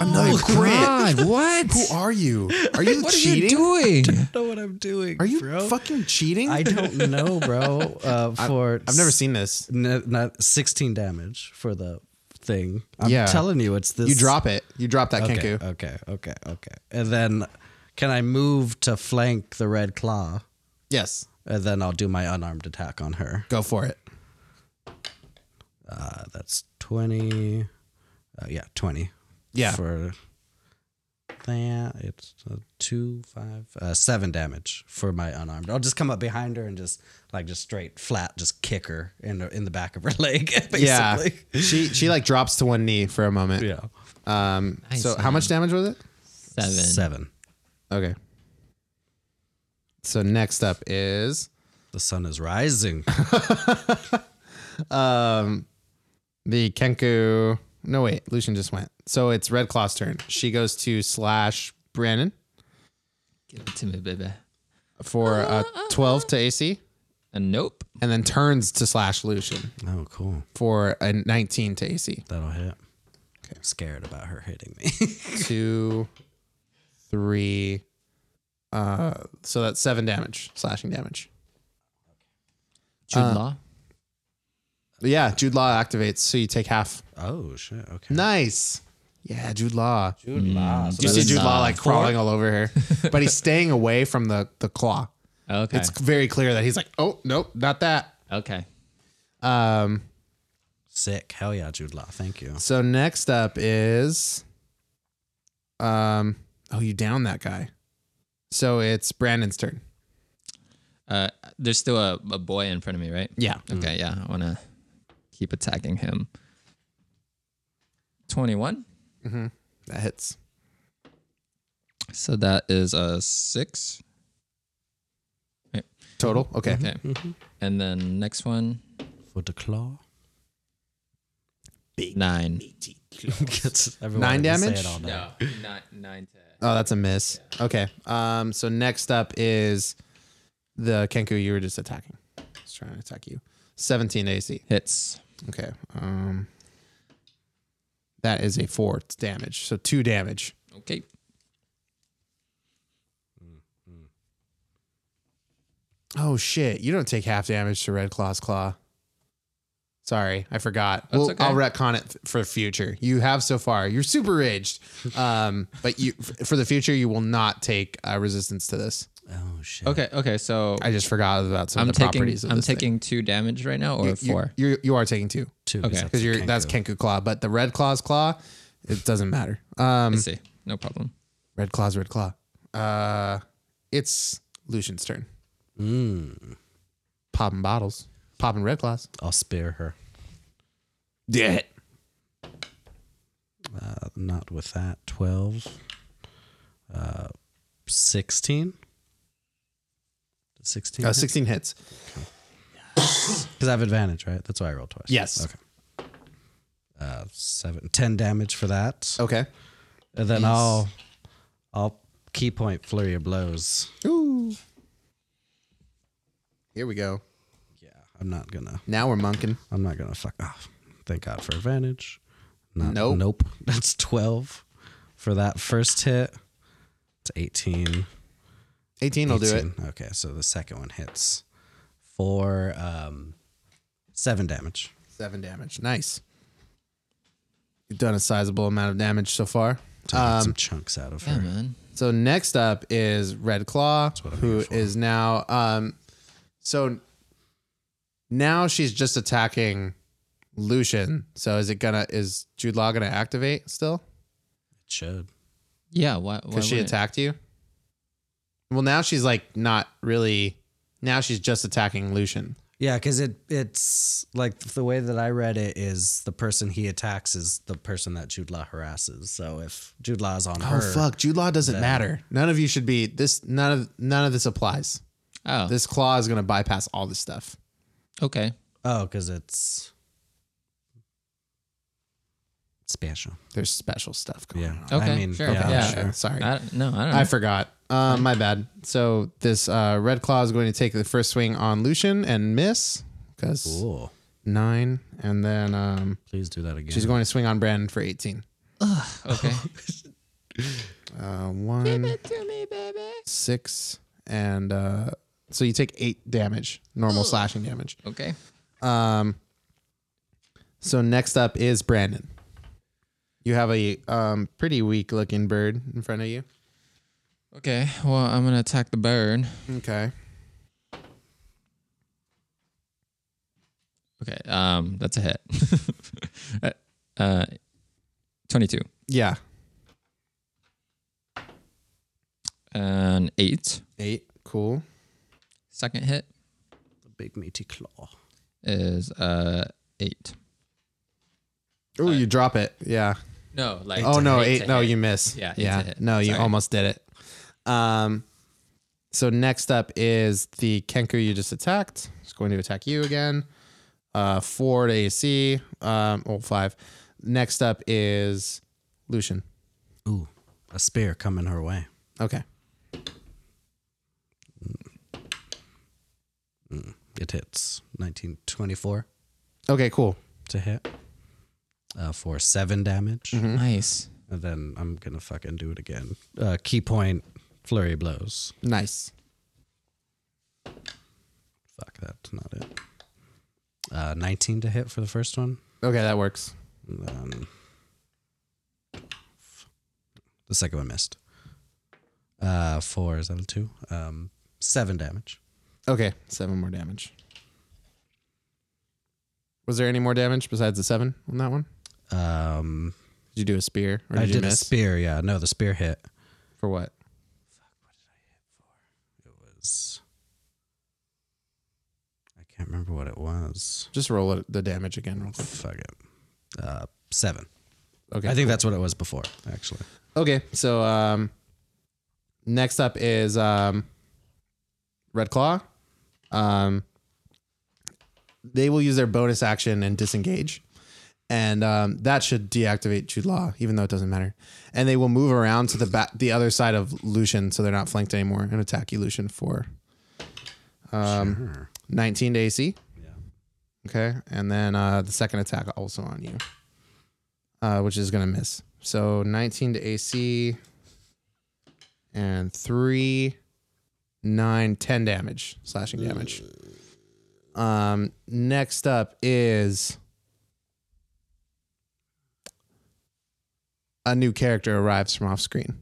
A: Another crit.
C: Oh, God, what?
A: Who are you? Are you
C: what
A: cheating?
C: are you doing?
B: Know what I'm doing?
A: Are you fucking cheating?
B: I don't know, bro. Uh, for
A: I've never seen this.
B: n- not 16 damage for the thing. I'm
A: Yeah.
B: telling you, it's this.
A: You drop it. You drop that
B: okay,
A: Kenku.
B: Okay, okay, okay. And then can I move to flank the red claw?
A: Yes.
B: And then I'll do my unarmed attack on her.
A: Go for it.
B: Uh, that's 20. Uh, yeah, 20.
A: Yeah.
B: For that, it's uh, two, five, uh, seven damage for my unarmed. I'll just come up behind her and just like just straight flat, just kick her in the, in the back of her leg, basically.
A: Yeah. She she like drops to one knee for a moment.
B: Yeah.
A: Um.
C: Nice,
A: so how
C: man.
A: much damage was it?
C: Seven.
B: Seven.
A: Okay. So next up is
B: The sun is rising.
A: um the Kenku. No wait, Lucian just went. So it's Red Claw's turn. She goes to slash Brandon
C: Give it to me, baby.
A: for uh, twelve to AC,
C: And nope.
A: and then turns to slash Lucian
B: oh, cool.
A: for a nineteen to AC.
B: That'll hit. I'm scared about her hitting me.
A: Two, three. Uh, so that's seven damage, slashing damage.
C: Jude
A: Uh,
C: Law.
A: But yeah, Jude Law activates, so you take half.
B: oh shit. Okay.
A: Nice. Yeah, Jude Law.
B: Dude, nah, so
A: You see
C: is,
A: Jude Law
C: uh,
A: like crawling all over her, but he's staying away from the the claw.
C: Okay.
A: It's very clear that he's like, oh nope, not that.
C: okay.
A: Um.
B: Sick. Hell yeah, Jude Law. Thank you.
A: So next up is, um. Oh, you down that guy. So it's Brandon's turn.
C: Uh, there's still a, a boy in front of me, right?
A: Yeah.
C: Okay, yeah. I want to keep attacking him. 21.
A: Mm-hmm. That hits.
C: So that is a six.
A: Total. Okay.
C: Mm-hmm. Okay. And then next one,
B: For the claw.
C: nine.
A: Nine
B: Nine
A: damage?
C: No, not Oh, nine to.
A: Oh, that's a miss. Okay. Um. So next up is the Kenku you were just attacking. It's trying to attack you. Seventeen AC.
C: Hits.
A: Okay. Um. That is a four damage. So two damage.
C: Okay.
A: Oh shit! You don't take half damage to Red Claw's claw. Sorry, I forgot.
C: That's
A: Well,
C: okay.
A: I'll retcon it th- for future. You have so far. You're super raged, um, but you f- for the future you will not take uh, resistance to this.
B: Oh shit.
C: Okay. Okay. So
A: I just forgot about some
C: I'm
A: of the
C: taking
A: properties. Of
C: I'm
A: this thing.
C: taking two damage right now, or
A: You-
C: four.
A: You, you are taking two
B: Two.
C: Okay.
A: because you're that's Kenku claw, but the Red Claw's claw, it doesn't matter. Um,
C: I see. No problem.
A: Red Claw's Red Claw. Uh, it's Lucian's turn.
B: Mm,
A: Popping bottles, popping Red Claws.
B: I'll spare her.
A: Yeah. hit.
B: Uh, not with that. Twelve. Uh, sixteen. Sixteen.
A: Uh, 16 hits.
B: Because I have advantage, right? That's why I rolled twice.
A: Yes.
B: Okay. Uh, seven, ten damage for that.
A: Okay.
B: And then I'll, I'll key point flurry of blows.
A: Ooh. Here we go.
B: Yeah, I'm not gonna,
A: Now we're monking.
B: I'm not ah, gonna fuck off. Thank God for advantage. Not,
A: Nope.
B: Nope. That's twelve for that first hit. It's 18.
A: 18 will do it.
B: 18. Okay, so the second one hits for um, seven damage.
A: Seven damage. Nice. You've done a sizable amount of damage so far. Um,
B: To knock some chunks out of
C: Yeah,
B: her.
C: man.
A: So next up is Red Claw,
B: what I'm
A: who
B: here for.
A: is now um so now she's just attacking Lucian. So is it gonna is Jude Law gonna activate still?
B: It should.
C: Yeah, why? why
A: Because she
C: wouldn't?
A: attacked you? Well now she's like not really now she's just attacking Lucian.
B: Yeah, because it it's like the way that I read it is the person he attacks is the person that Jude Law harasses. So if Jude Law is on her,
A: Oh fuck, Jude Law doesn't matter. None of you should be this none of none of this applies.
C: Oh,
A: This claw is gonna bypass all this stuff.
C: okay.
B: Oh, because it's special.
A: There's special stuff going
B: Yeah.
A: on. Oh,
C: Okay,
B: I mean,
C: sure.
B: yeah,
C: Yeah.
B: sure.
A: Sorry.
C: I, no, I don't know.
A: I forgot. Uh, my bad. So this uh, red claw is going to take the first swing on Lucian and miss because
B: Cool.
A: nine, and then um,
B: Please do that again.
A: she's going to swing on Brandon for eighteen.
C: okay.
A: Uh, one, six, and uh, so you take eight damage, normal slashing damage.
C: okay.
A: Um, so next up is Brandon. You have a um, pretty weak looking bird in front of you.
C: Okay. Well, I'm gonna attack the bird.
A: Okay.
C: Okay. Um, that's a hit. Uh, uh, twenty-two
A: Yeah.
C: and eight.
A: Eight. Cool.
C: Second hit
B: the big meaty claw.
C: is uh eight.
A: Oh, you drop it. Yeah.
C: No, like
A: oh
C: to
A: no,
C: hit,
A: eight.
C: to
A: No,
C: hit.
A: you miss.
C: Yeah, eight
A: yeah.
C: to hit.
A: No, you
C: Sorry.
A: almost did it. Um, so next up is the Kenku you just attacked. It's going to attack you again. Uh, four to AC. Um, oh five. Next up is Lucian.
B: Ooh, a spear coming her way.
A: Okay.
B: It hits 1924
A: Okay. Cool.
B: to hit uh, for seven damage.
A: Mm-hmm.
C: Nice.
B: And then I'm going to fucking do it again. Uh, key point, flurry blows.
A: Nice.
B: Fuck, that's not it. Uh, 19 to hit for the first one.
A: Okay, that works.
B: And then the second one missed. Uh, four is that a two? Um, seven damage.
A: Okay, seven more damage. Was there any more damage besides the seven on that one?
B: Um,
A: Did you do a spear or did
B: I
A: you
B: did
A: miss
B: a spear. Yeah, no, the spear hit
A: for what?
B: was. I can't remember what it was.
A: Just roll it, the damage again, real quick.
B: Fuck it. Uh, seven.
A: Okay,
B: I think that's what it was before, actually.
A: Okay, so um, next up is um, Red Claw. Um, they will use their bonus action and disengage, and um, that should deactivate Jude Law, even though it doesn't matter. And they will move around to the back, the other side of Lucian, so they're not flanked anymore, and attack you, Lucian, for um,
B: Sure.
A: 19 to AC.
B: Yeah.
A: Okay, and then uh, the second attack also on you, uh, which is gonna miss. So 19 to AC, and three, nine, 10 damage, slashing damage. Um, next up is a new character arrives from off screen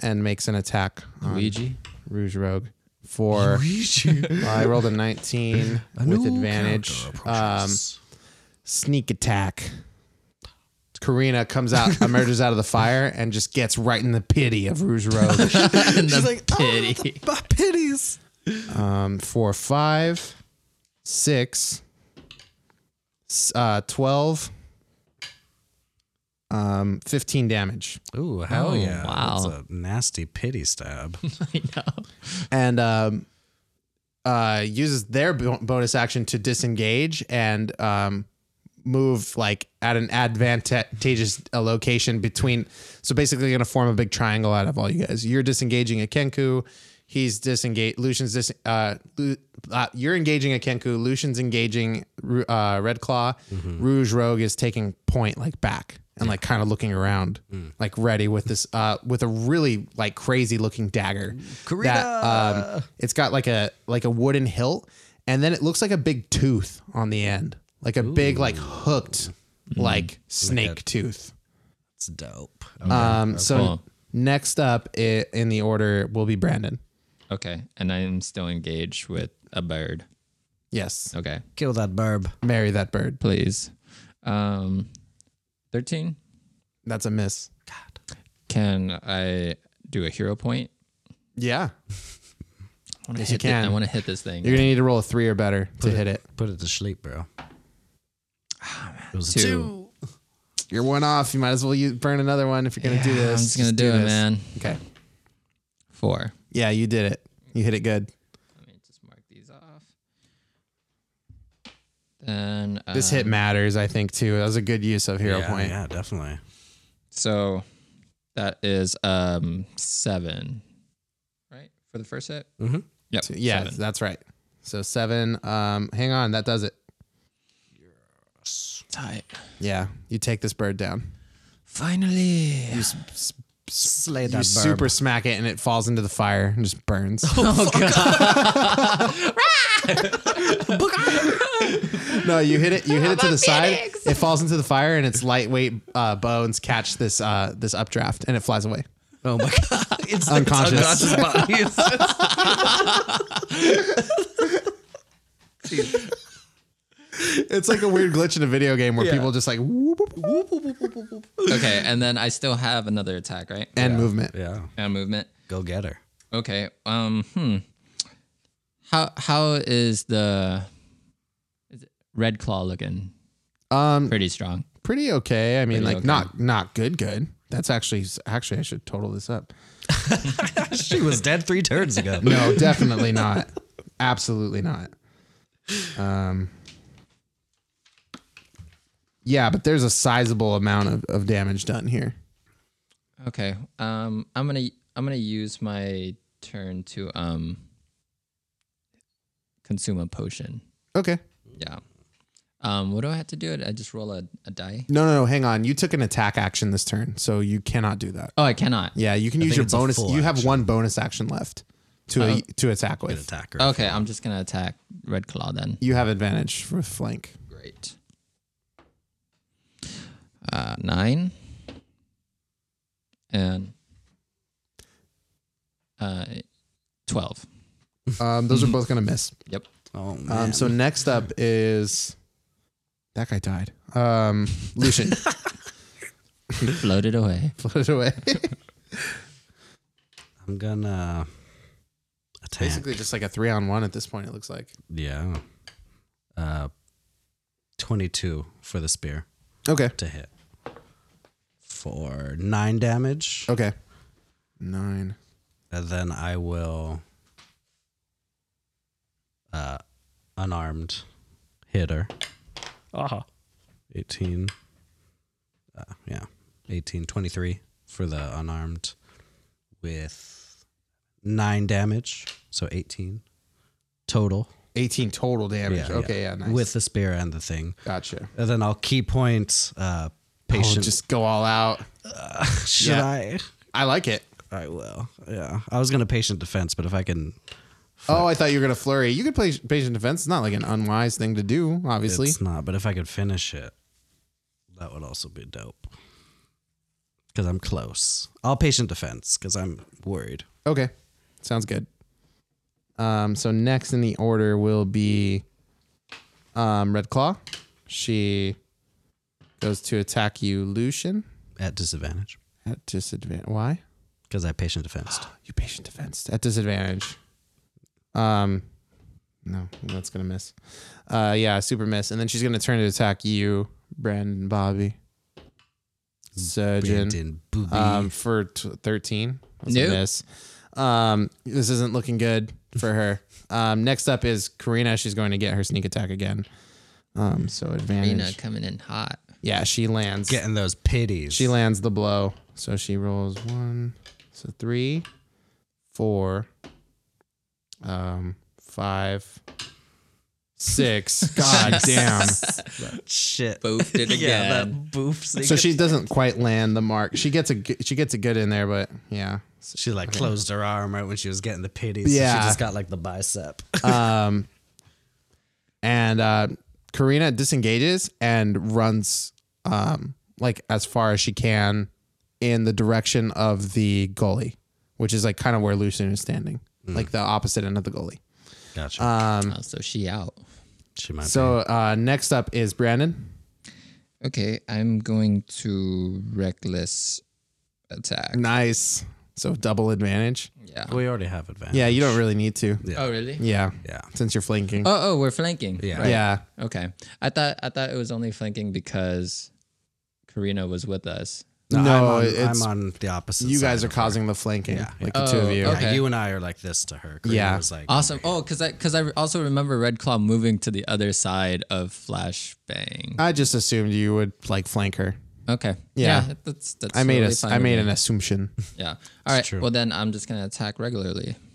A: and makes an attack on
C: Luigi.
A: Rouge Rogue for. Well, I rolled a 19 with advantage. Um, sneak attack. Karina comes out, emerges out of the fire, and just gets right in the pity of Rouge Rogue.
C: and the pity.
B: my pities.
A: um, for five, six, s- uh, 12, um, 15 damage.
B: Ooh, hell
C: Oh,
B: yeah!
C: wow.
B: That's a nasty pity stab.
C: I know.
A: and um, uh, uses their bo- bonus action to disengage and um, move like at an advantageous uh, location between. So basically, going to form a big triangle out of all you guys. You're disengaging a Kenku. he's disengaged. Lucian's dis. Uh, Lu- uh, you're engaging a Kenku. Lucian's engaging Ru- uh, Red Claw. Rouge Rogue is taking point like back and like kind of looking around, like ready with this uh with a really like crazy looking dagger. That, um, it's got like a like a wooden hilt, and then it looks like a big tooth on the end, like a big like hooked
C: Mm-hmm.
A: like snake tooth.
B: It's dope. Uh,
A: Um, so
C: Cool.
A: next up i in the order will be Brandon.
C: Okay, and I'm still engaged with a bird.
A: Yes,
C: Okay,
B: Kill that barb.
A: marry that bird.
C: please. Um, thirteen.
A: That's a miss.
C: Can I do a hero point?
A: Yeah,
C: I wanna
A: Yes,
C: hit
A: you
C: thi-
A: can.
C: I want to hit this thing.
A: you're gonna need to roll a three or better to hit it.
B: Put it to sleep, bro. It was a
C: Two.
B: two.
A: You're one off. You might as well use, burn another one if you're gonna do
C: Yeah,
A: this.
C: I'm just gonna do, it,
A: this.
C: man.
A: Okay.
C: Four.
A: Yeah, you did it. You hit it good.
C: Let me just mark these off. Then
A: This hit
C: um,
A: matters, I think, too. That was a good use of hero
B: yeah,
A: point.
B: Yeah, definitely.
C: So that is um seven, right? For the first hit.
B: Mm-hmm.
C: Yep.
A: Two- yeah,
C: seven.
A: that's right. So seven. Um, hang on, that does it.
C: Tight.
A: Yeah, you take this bird down.
C: Finally.
A: You s- s-
B: Slay
A: you
B: that barb.
A: super smack it and it falls into the fire and just burns.
B: Oh,
A: no, you hit it. You hit it to the side. It falls into the fire and its lightweight uh, bones catch this uh, this updraft and it flies away.
B: Oh my god. It's
A: Unconscious.
B: unconscious body.
A: It's like a weird glitch in a video game where people just like whoop, whoop, whoop,
C: okay, and then I still have another attack, right?
A: and movement.
B: yeah.
C: And movement.
B: Go get her.
C: Okay. Um. Hmm. How how is the is it red claw looking?
A: Um,
C: Pretty strong.
A: pretty okay. I mean,
C: Pretty
A: like
C: okay.
A: not not good. Good. That's actually actually I should total this up.
B: She was dead three turns ago.
A: No, definitely not. Absolutely not. Um. Yeah, but there's a sizable amount of, of damage done here.
C: Okay. Um. I'm gonna I'm gonna use my turn to um consume a potion.
A: Okay.
C: Yeah. Um. What do I have to do? I just roll a, a die.
A: No, no, no. Hang on. You took an attack action this turn, so you cannot do that.
C: Oh, I cannot.
A: Yeah, you can use
B: think
A: your
B: it's a
A: bonus.
B: full
A: You have
B: action. Uh-huh.
A: one bonus action left to a, to attack with.
B: Attacker.
C: Okay. I'm just gonna attack red claw then.
A: You have advantage for flank.
C: Great. Uh, nine. And uh, 12.
A: Um, those are both gonna miss.
C: Yep.
B: Oh man.
A: Um, so next up is that guy died. Um, Lucian
C: Floated away.
A: floated away.
B: I'm gonna attack.
A: Basically, just like a three on one at this point. It looks like.
B: Yeah. Uh, 22 for the spear
A: Okay.
B: to hit. For nine damage.
A: Okay. Nine.
B: And then I will uh unarmed hit her. Uh-huh. 18. Uh, yeah. 18 23 for the unarmed with 9 damage, so 18 total.
A: 18 total damage. okay, yeah, nice.
B: With the spear and the thing.
A: gotcha.
B: And then I'll key point uh patient.
A: Oh, just go all out.
B: Should
A: yeah.
B: I?
A: I like it.
B: I will. Yeah. I was going to patient defense, but if I can
A: Oh, I thought you were gonna flurry. You could play patient defense. It's not like an unwise thing to do, obviously.
B: It's not, but if I could finish it, that would also be dope. Because I'm close. I'll patient defense because I'm worried.
A: Okay, sounds good. Um, so next in the order will be, um, Red Claw. She goes to attack you, Lucian,
B: At disadvantage
A: at disadvantage. Why?
B: because I patient defense.
A: You patient defense at disadvantage. Um, no, that's gonna miss. Uh, yeah, super miss. And then she's gonna turn to attack you, Brandon Bobby. Surgeon.
B: Brandon Booby.
A: um, for t- 13. That's a
C: Nope.
A: miss. Um, this isn't looking good for her. Um, next up is Karina. She's going to get her sneak attack again. Um, so advantage.
C: Nina coming in hot.
A: Yeah, she lands.
B: Getting those pities.
A: She lands the blow. So she rolls one, so three, four, Um, five, six. God damn.
B: Shit.
C: Boofed it
B: Yeah, that
C: again.
B: boofs. it
A: So
B: gets-
A: she doesn't quite land the mark. She gets a g- she gets a good in there, but yeah.
B: she like closed her arm right when she was getting the pity. So
A: Yeah.
B: She just got like the bicep.
A: Um, and uh, Karina disengages and runs um, like as far as she can in the direction of the goalie, which is like kind of where Lucian is standing, like the opposite end of the goalie.
B: Gotcha.
C: Oh, so she out.
B: she might.
A: Uh, So uh, next up is Brandon.
C: Okay, I'm going to reckless attack.
A: Nice. So double advantage.
C: Yeah.
B: be. we already have advantage.
A: Yeah, you don't really need to.
B: Oh, Yeah.
C: Oh really?
A: Yeah.
B: Yeah.
A: Since you're flanking.
C: Oh oh, we're flanking.
B: Yeah.
C: Right.
A: Yeah.
C: Okay. I thought I thought it was only flanking because Karina was with us.
B: No,
A: No,
B: I'm, on,
A: it's-
B: I'm on the opposite.
A: You
B: side
A: guys are
B: of her.
A: causing the flanking,
B: Yeah,
A: like the two of
C: Oh,
A: you.
C: okay.
B: Yeah, you and I are like this to her. Karina
A: Yeah.
B: was like
C: Awesome. Oh, because I because I also remember Red Claw moving to the other side of Flashbang.
A: I just assumed you would like flank her.
C: Okay.
A: Yeah.
C: that's that's.
A: I made a,
C: totally
A: s-
C: fine
A: I
C: with
A: made
C: me.
A: an assumption.
C: Yeah. All right.
B: true.
C: Well, then I'm just gonna attack regularly.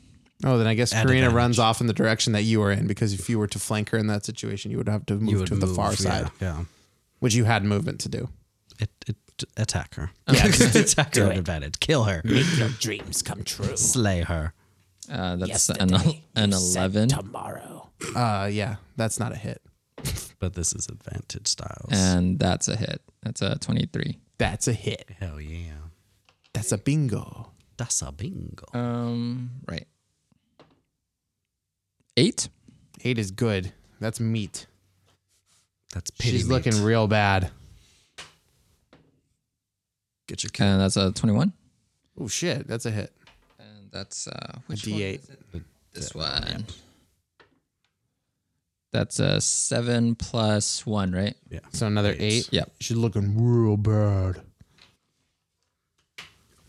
A: Oh, then I guess Karina
B: advantage.
A: runs off in the direction that you were in because if you were to flank her in that situation, you would have to move
B: You would
A: to the
B: move,
A: far
B: yeah,
A: side,
B: Yeah.
A: which you had movement to do.
B: It, it attack her. Yeah, attack her at advantage. Kill her.
E: Your dreams come true.
B: Slay her.
C: Uh, that's an el-
E: Yesterday,
C: an
E: you said
C: eleven,
E: Tomorrow.
A: Uh, yeah, that's not a hit.
B: But this is advantage styles.
C: and that's a hit. That's a twenty-three.
A: That's a hit.
B: Hell yeah.
A: That's a bingo.
B: That's a bingo.
A: Uh,
C: Um. Right. Eight.
A: Eight is good. That's meat.
B: That's pity.
A: She's
B: meat.
A: looking real bad.
B: Get your kill.
C: And that's a twenty-one.
A: Oh shit, that's a hit.
C: And that's uh,
A: A
C: which one
A: D eight.
C: is it? This one. That's a seven plus one, right?
A: So another eight.
C: Yep.
A: She's looking real bad.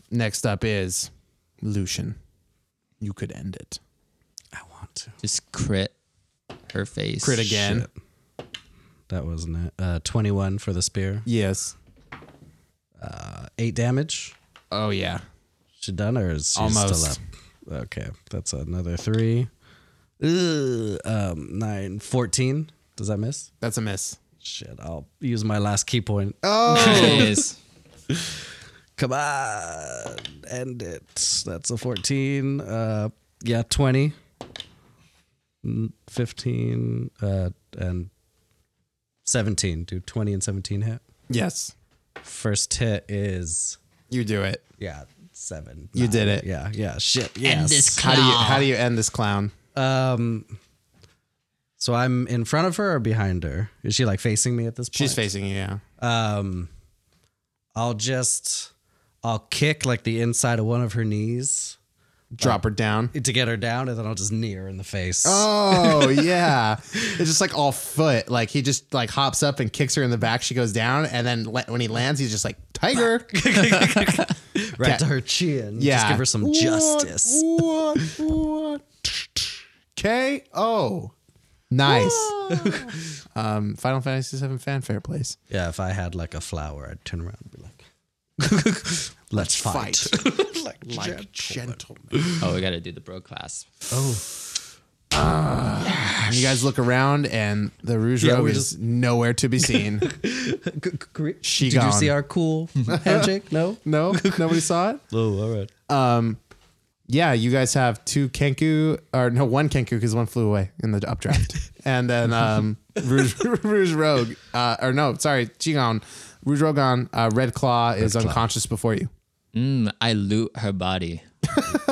A: Next up is Lucian. You could end it.
B: I want to.
C: Just crit her face.
A: Crit again.
B: Shit. That wasn't it. Uh, 21 for the spear.
A: Yes.
B: Uh, eight damage.
A: Oh yeah.
B: She done or is she
A: Almost.
B: still up? Okay. That's another three. Ugh, um, nine. 14. Does that miss?
A: That's a miss.
B: Shit. I'll use my last key point.
C: Nice.
B: Come on, end it. That's a 14. Uh, yeah, 20, Mm, 15, uh, and 17. Do 20 and 17 hit?
A: Yes.
B: First hit is,
A: You do it.
B: yeah, seven.
A: You did it.
B: Yeah, yeah, shit. Yes.
A: How do you how do you end this clown?
B: um, so I'm in front of her or behind her? Is she like facing me at this point?
A: She's facing you, yeah.
B: um i'll just i'll kick like the inside of one of her knees
A: Drop her down.
B: to get her down and then i'll just knee her in the face
A: Oh yeah. It's just like all foot. Like he just like hops up and kicks her in the back. She goes down and then la- when he lands, he's just like, Tiger.
B: right to her chin
A: Yeah.
B: just give her some justice
A: What, what, K.O. Nice. um, Final Fantasy VII fanfare place.
B: yeah if i had like a flower i'd turn around and be like let's fight,
A: like gentlemen.
C: oh, we got to do the bro clasp.
A: And you guys look around and the Rouge
B: Yeah,
A: Rogue
B: we're
A: is nowhere to be seen.
B: G- g-
A: She
B: did
A: gone.
B: you see our cool handshake no
A: no? Nobody saw it?
B: oh all right
A: yeah, you guys have two Kenku, or no, one Kenku because one flew away in the updraft, and then um, Rouge, Rouge Rogue, uh, or no, sorry, Chigon, Rouge Rogon, uh, Red Claw is unconscious before you.
C: Mm, I loot her body.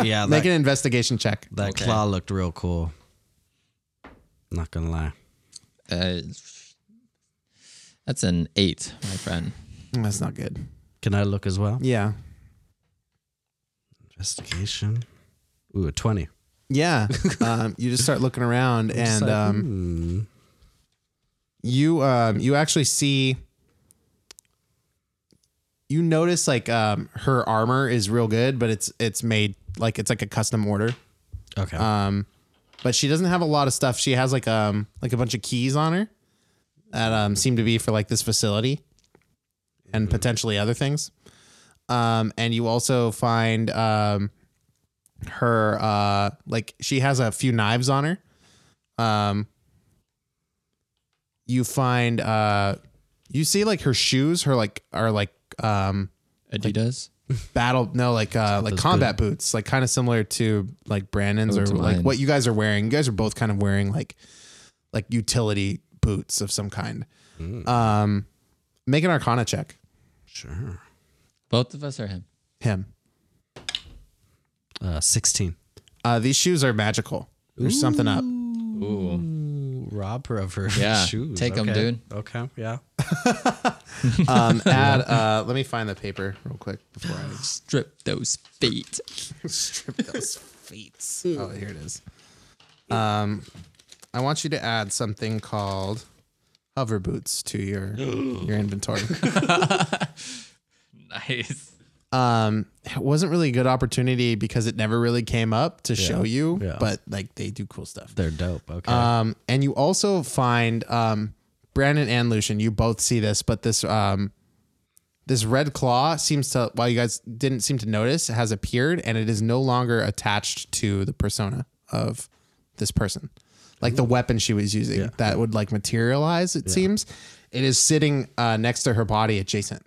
B: yeah
A: Make
B: that,
A: an investigation check.
B: that claw looked real cool not gonna lie
C: Uh, that's an eight, my friend.
A: Mm, That's not good.
B: can i look as well
A: Yeah,
B: Investigation. Ooh, a 20.
A: yeah. um, you just start looking around, and um,
B: Hmm.
A: you um you actually see you notice like um her armor is real good but it's it's made like it's like a custom order
B: Okay.
A: um but she doesn't have a lot of stuff she has like um like a bunch of keys on her that um seem to be for like this facility and potentially other things um and you also find um her uh like she has a few knives on her. Um you find uh you see like her shoes, her like are like um
C: Adidas.
A: battle no like uh like
C: those
A: combat boots like kind of similar to like brandon's
C: Oh,
A: or
C: to
A: like
C: mine.
A: what you guys are wearing you guys are both kind of wearing like like utility boots of some kind um make an arcana check
B: Sure.
C: Both of us are him.
A: him
B: Uh, 16.
A: uh these shoes are magical there's something up
C: Ooh.
B: Rob her of her
C: Yeah,
B: shoes.
C: take 'em,
B: Okay.
C: dude.
B: Okay, yeah.
A: um add uh let me find the paper real quick before i
C: Strip those feet.
A: strip those feet oh here it is um i want you to add something called hover boots to your your inventory
C: Nice.
A: um it wasn't really a good opportunity because it never really came up to show you
B: yeah.
A: but like they do cool stuff
B: They're dope. Okay.
A: um and you also find um brandon and lucian you both see this but this um this red claw seems to while you guys didn't seem to notice it has appeared and it is no longer attached to the persona of this person like the weapon she was using that would like materialize it seems it is sitting uh next to her body adjacent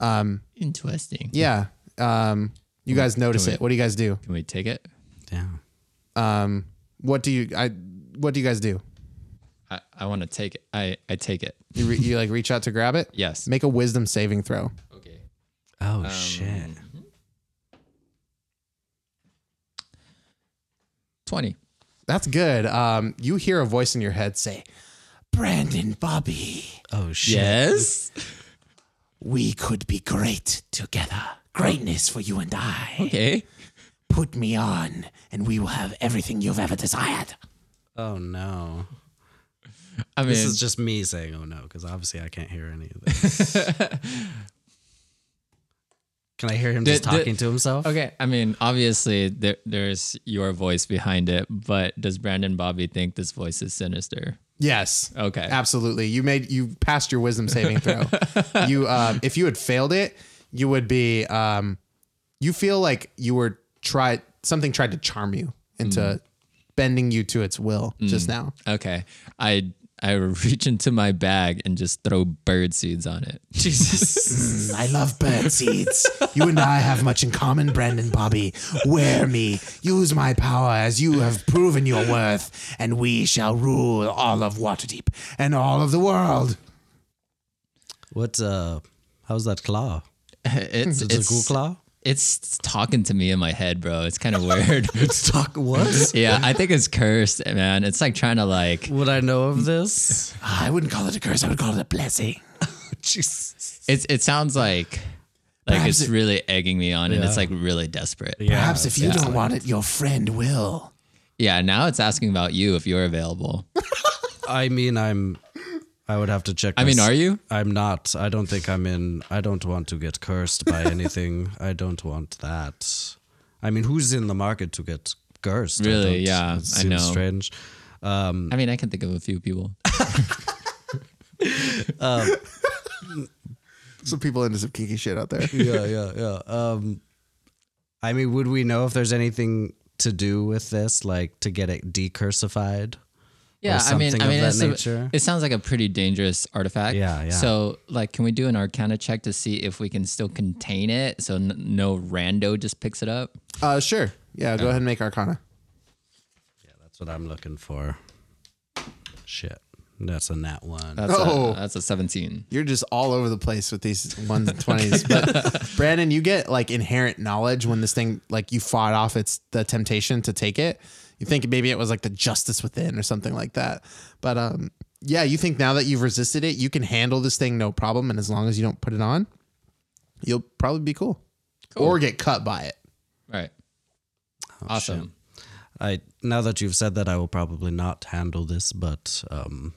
A: um
C: Interesting.
A: yeah. Um, you guys notice it. What do you guys do?
C: Can we take it?
B: Damn.
A: Um, what do you I what do you guys do?
C: I, I want to take it. I, I take it.
A: You, re, you like reach out to grab it?
C: Yes.
A: Make a wisdom saving throw.
C: okay.
B: Oh,
C: Um,
B: shit.
C: 20.
A: That's good. Um, you hear a voice in your head say, "Brandon, Bobby,
B: Oh, shit.
C: Yes.
E: We could be great together. Greatness for you and I.
C: Okay.
E: Put me on, and we will have everything you've ever desired.
B: Oh, no.
C: I mean,
B: This is just me saying, oh, no, because obviously I can't hear any of this. Can I hear him just
C: Did-
B: talking
C: did-
B: to himself?
C: okay. I mean, obviously, there, there's your voice behind it, but does Brandon Bobby think this voice is sinister?
A: Yes.
C: Okay.
A: Absolutely. You made you passed your wisdom saving throw. you um, if you had failed it, you would be um, you feel like you were tried something tried to charm you into bending you to its will just now.
C: Okay. I I reach into my bag and just throw bird seeds on it. Jesus.
A: Mm, I love bird seeds. you and I have much in common, Brandon Bobby. Wear me. Use my power as you have proven your worth, and we shall rule all of Waterdeep and all of the world.
B: What, uh, how's that claw? Is
C: it's
B: it a cool claw?
C: It's talking to me in my head, bro. It's kind of weird. it's talk
B: what?
C: Yeah, I think it's cursed, man. It's like trying to like
B: Would I know of this?
E: I wouldn't call it a curse, I would call it a blessing.
B: Jesus.
C: it's it sounds like like
E: Perhaps
C: it's
E: it-
C: really egging me on and
B: Yeah.
C: it's like really desperate. Yeah.
E: Perhaps if you don't want it, your friend will.
C: now it's asking about you if you're available.
B: I mean, I'm. I would have to check.
C: I mean,
B: my-
C: are you?
B: I'm not. I don't think I'm in. I don't want to get cursed by anything. I don't want that. I mean, who's in the market to get cursed? I
C: Really?
B: don't-
C: Yeah, I
B: It seems
C: know.
B: strange.
C: I mean, I can think of a few people.
A: Some people into some kinky shit out there.
B: yeah, yeah, yeah. Um, I mean, would we know if there's anything to do with this, like to get it decursified?
C: Yeah, I mean,
B: something
C: I
B: of
C: mean,
B: that
C: it's a-
B: nature.
C: it sounds like a pretty dangerous artifact.
B: Yeah, yeah.
C: So, like, can we do an Arcana check to see if we can still contain it, so n- no rando just picks it up?
A: Uh, sure. Yeah, go ahead and make Arcana.
B: That's what I'm looking for. Shit, that's a nat one.
C: That's
A: Oh.
C: a, that's a seventeen.
A: You're just all over the place with these ones and twenties. But Brandon, you get like inherent knowledge when this thing like you fought off its the temptation to take it. You think maybe it was like the justice within or something like that. But um yeah, you think now that you've resisted it, you can handle this thing no problem, and as long as you don't put it on, you'll probably be cool. Or get cut by it.
C: Right.
B: Oh,
C: awesome.
B: I now that you've said that, I will probably not handle this, but um,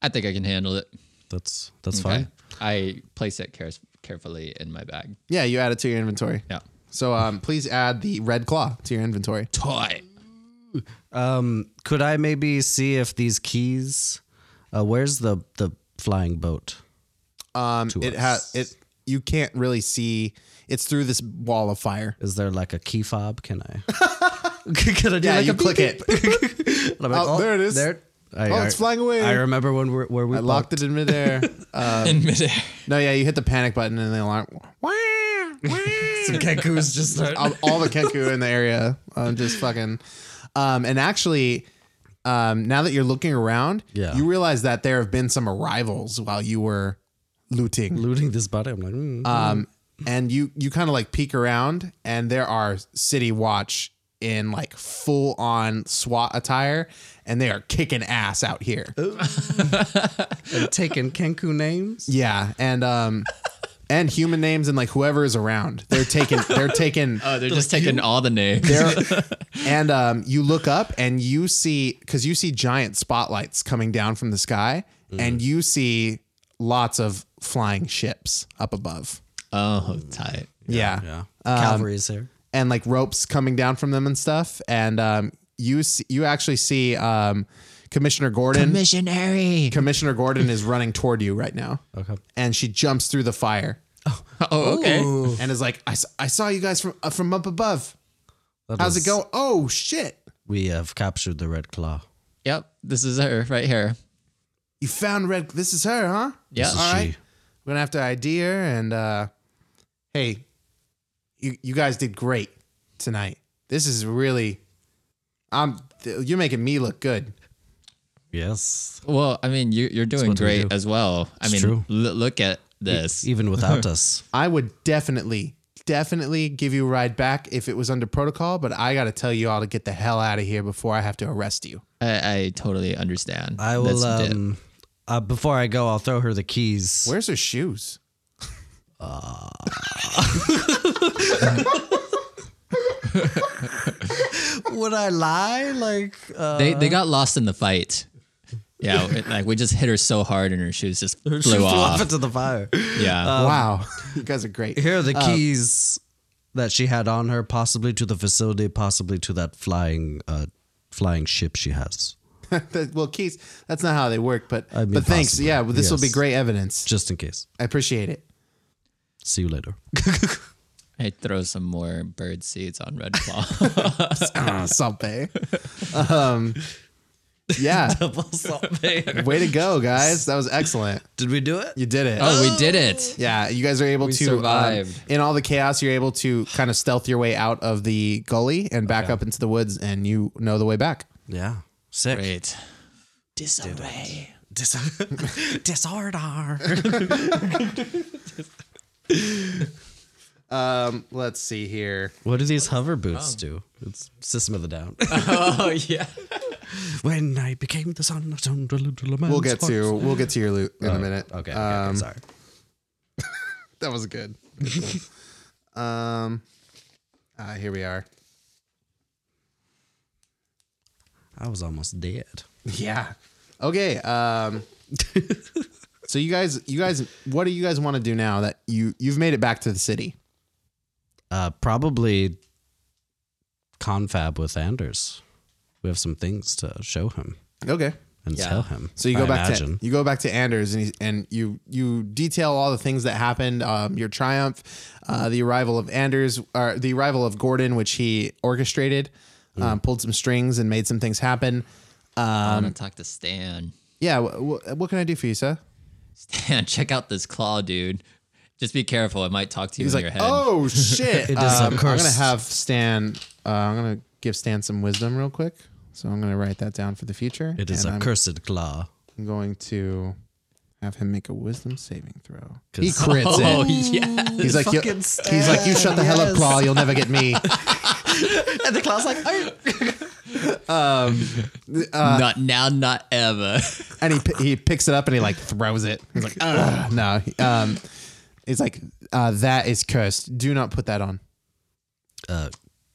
C: I think I can handle it.
B: that's that's
C: Okay.
B: fine.
C: I place it cares- carefully in my bag.
A: Yeah, you add it to your inventory.
C: Yeah.
A: So um please add the red claw to your inventory.
C: Toy.
B: Um, could I maybe see if these keys? Uh, where's the the flying boat?
A: Um
B: To
A: it
B: us.
A: has it you can't really see. It's through this wall of fire.
B: Is there like a key fob? Can I? Can I do
A: Yeah,
B: like
A: you
B: a
A: click
B: beep,
A: it.
B: beep? And I'm like,
A: Oh, there it is.
B: I-
A: Oh, it's
B: I-
A: flying away.
B: I remember when we're, where we
A: I locked it in midair.
C: in midair.
A: no, yeah, you hit the panic button and the alarm. Wah, wah.
B: Some Kenku's just like,
A: all, all the kenku in the area. um, just fucking. Um, and actually, um, now that you're looking around,
B: Yeah.
A: you realize that there have been some arrivals while you were looting.
B: "Oh, looting this body. I'm like, mm.
A: Um, and you you kind of like peek around, and there are city watch in like full on SWAT attire, and they are kicking ass out here.
B: and taking Kenku names.
A: Yeah, and um, and human names and like whoever is around, they're taking they're taking
C: Oh, they're just taking all the names.
A: There- and um, you look up and you see because you see giant spotlights coming down from the sky, and you see lots of flying ships up above.
C: Oh, tight.
A: Yeah,
B: Yeah, cavalry's here.
A: and like ropes coming down from them and stuff. And um, you see, you actually see um, Commissioner Gordon.
C: Missionary.
A: Commissioner Gordon is running toward you right now,
B: Okay.
A: and she jumps through the fire
C: Oh, okay.
A: and is like, "I, s- I saw you guys from uh, from up above.
B: That
A: How's it
B: is-
A: go? Oh shit!
B: We have captured the Red Claw.
C: Yep. This is her right here.
A: You found red. This is her, huh?
C: Yeah.
B: This is
A: All right.
B: she.
A: We're gonna have to ID her and uh hey, you you guys did great tonight. This is really I'm th- you're making me look good.
B: Yes.
C: Well, I mean, you, you're doing
B: what we
C: great
B: do.
C: as well. I
B: It's
C: mean,
B: true.
C: l- look at this.
B: Even without us.
A: I would definitely definitely give you a ride back if it was under protocol, but I got to tell you all to get the hell out of here before I have to arrest you.
C: I, I totally understand.
B: I will.
C: That's dip.
B: Um, uh, before I go, I'll throw her the keys.
A: Where's her shoes?
B: Would I lie? Like, uh,
C: they they got lost in the fight. Yeah, it- like we just hit her so hard, and her shoes just flew,
B: she flew
C: off.
B: off Uh, into the fire. Uh,
C: yeah,
B: Um,
A: wow. you guys are great.
B: Here are the keys that she had on her, possibly to the facility, possibly to that flying, uh, flying ship she has,
A: That- well, keys, that's not how they work, but
B: I mean,
A: but thanks.
B: possibly.
A: Yeah, well, this will be
B: Yes.
A: great evidence.
B: just in case.
A: I appreciate it.
B: See you later.
C: I throw some more bird seeds on Red Claw.
A: something. Ah, Um, yeah, way to go, guys! That was excellent.
B: Did we do it?
A: You did it.
C: oh, we did it!
A: Yeah, you guys are able to um,
C: survived.
A: in all the chaos. You're able to kind of stealth your way out of the gully and back up into the woods, and you know the way back.
B: Yeah. Sick.
C: Great.
B: Dis- disorder.
A: Um, let's see here.
B: What do these hover boots do? It's System of the Down.
C: Oh yeah.
B: when I became the son of John
A: We'll get to we'll get to your loot in a minute.
B: Okay, okay,
A: Um,
B: okay sorry.
A: that was good. um, ah, here we are.
B: I was almost dead.
A: Yeah. Okay. Um, so you guys, you guys, what do you guys want to do now that you you've made it back to the city?
B: Uh, probably confab with Anders. We have some things to show him
A: Okay.
B: and
C: Yeah.
B: tell him.
A: So you go
B: I
A: back
B: imagine.
A: to you go back to Anders and he, and you you detail all the things that happened, um, your triumph, uh, the arrival of Anders, or the arrival of Gordon, which he orchestrated,
B: Hmm.
A: um, pulled some strings and made some things happen.
B: Um,
C: I want to talk to Stan.
A: Yeah. W- what can I do for you, sir?
C: Stan, check out this claw, dude. Just be careful; it might talk to you
A: He's like,
C: in your head.
A: oh shit!
B: It is
A: Um, I'm gonna
B: cursed.
A: have Stan. Uh, I'm gonna give Stan some wisdom real quick. So I'm gonna write that down for the future.
B: It is
A: and
B: a
A: I'm
B: cursed claw.
A: going to have him make a wisdom saving throw.
B: 'Cause-
A: He crits
C: Oh
A: it.
C: yeah.
A: He's like, "You-
B: Fucking
A: he's like, you shut the hell up, Claw. You'll never get me.
B: And the claw's like, "Oh." Uh,
C: not now, not ever.
A: and he pi- he picks it up and he like throws it. He's like, Ugh. no. He- Um, he's like, uh, that is cursed. Do not put that on.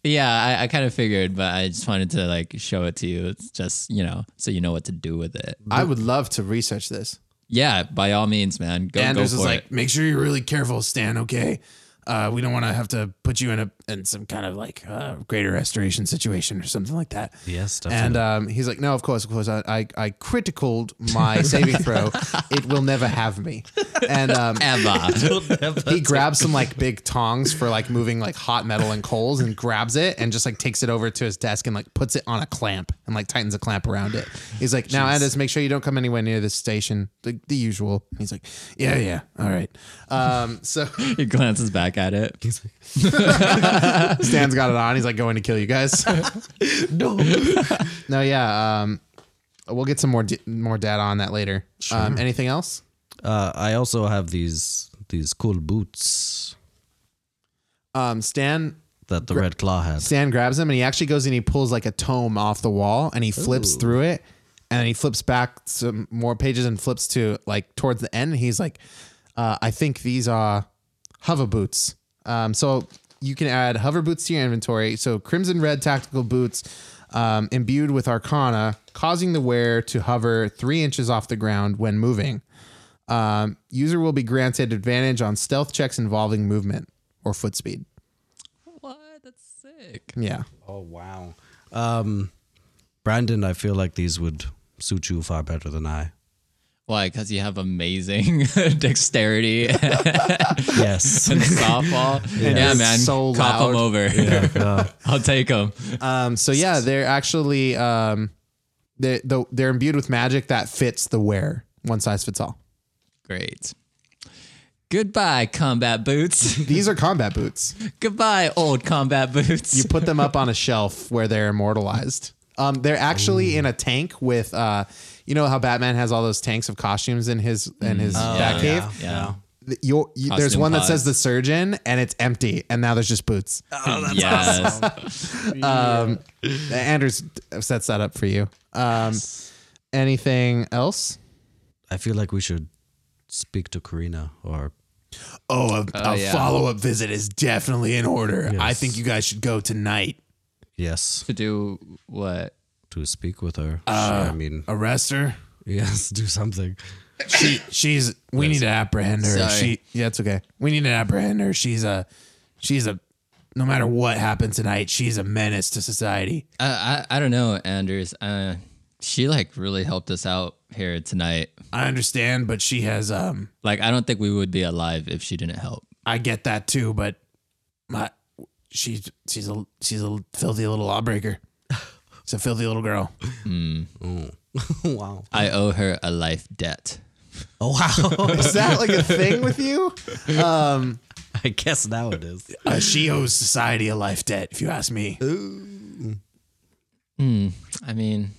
C: Yeah, I, I kind of figured, but I just wanted to like show it to you. It's just you know, so you know what to do with it.
A: I would love to research this.
C: Yeah, by all means, man, go
A: Anders
C: go
A: is
C: for
A: like,
C: it.
A: make sure you're really careful, Stan. Okay. Uh, we don't want to have to put you in a
E: And some kind of like uh, greater restoration situation or something like that.
B: yes,
A: And
B: definitely.
A: um, he's like, no, of course, of course. I, I, I criticaled my saving throw. It will never have me. and um,
C: Ever.
A: he grabs some like big tongs for like moving like hot metal and coals and grabs it and just like takes it over to his desk and like puts it on a clamp and like tightens a clamp around it. He's like, now Anders, make sure you don't come anywhere near this station, the, the usual. And he's like, yeah, yeah, all right. Um, so
C: he glances back at it. He's like,
A: Stan's got it on. He's like going to kill you guys. no, no, yeah. Um, we'll get some more d- more data on that later. Um, anything else?
B: Uh, I also have these these cool boots
A: Um, Stan
B: that the Red Claw had.
A: Stan grabs him and he actually goes and he pulls like a tome off the wall and he flips through it and then he flips back some more pages and flips to like towards the end. And he's like, uh, I think these are hover boots. Um, so you can add hover boots to your inventory. So crimson red tactical boots um, imbued with arcana, causing the wearer to hover three inches off the ground when moving. Um, user will be granted advantage on stealth checks involving movement or foot speed.
C: what? That's sick.
A: Yeah.
B: Oh wow, um, Brandon, I feel like these would suit you far better than I.
C: Why? Because you have amazing dexterity and
B: Yes.
C: softball. Yeah,
A: it's
C: man.
A: so
C: Cop
A: loud.
C: him over. I'll take him.
A: Um, so yeah, they're actually um, they the, they're imbued with magic that fits the wearer. One size fits all.
C: Great. Goodbye, combat boots.
A: These are combat boots.
C: Goodbye, old combat boots.
A: You put them up on a shelf where they're immortalized. Um, they're actually in a tank with uh, you know how Batman has all those tanks of costumes in his in his Batcave.
C: Mm. Oh, yeah.
A: Th- Your, you- there's
C: Costume
A: one that
C: pods. Ah.
A: says the surgeon, and it's empty, and now there's just boots.
C: yes.
A: Um, Anders sets that up for you. Um, anything else?
B: I feel like we should speak to Karina or
E: Oh, a, a
C: yeah.
E: follow up visit is definitely in order. I
B: Yes.
E: think you guys should go tonight.
B: yes
C: To do what?
B: to speak with her.
A: Uh,
B: I mean,
E: Arrest her.
B: yes, do something.
E: She's. We need to apprehend her.
C: Sorry.
E: She.
A: Yeah, it's okay.
E: We need to apprehend her. She's a. She's a. No matter what happens tonight, she's a menace to society.
C: I, I I don't know, Anders. Uh, she like really helped us out here tonight.
E: I understand, but she has. Um.
C: Like I don't think we would be alive if she didn't help.
E: I get that too, but my she's she's a she's a filthy little lawbreaker. She's a filthy little girl.
B: wow.
C: I owe her a life debt.
B: Oh wow.
A: Is that like a thing with you? Um,
B: I guess now it is.
E: Uh, she owes society a life debt, if you ask me.
C: I mean,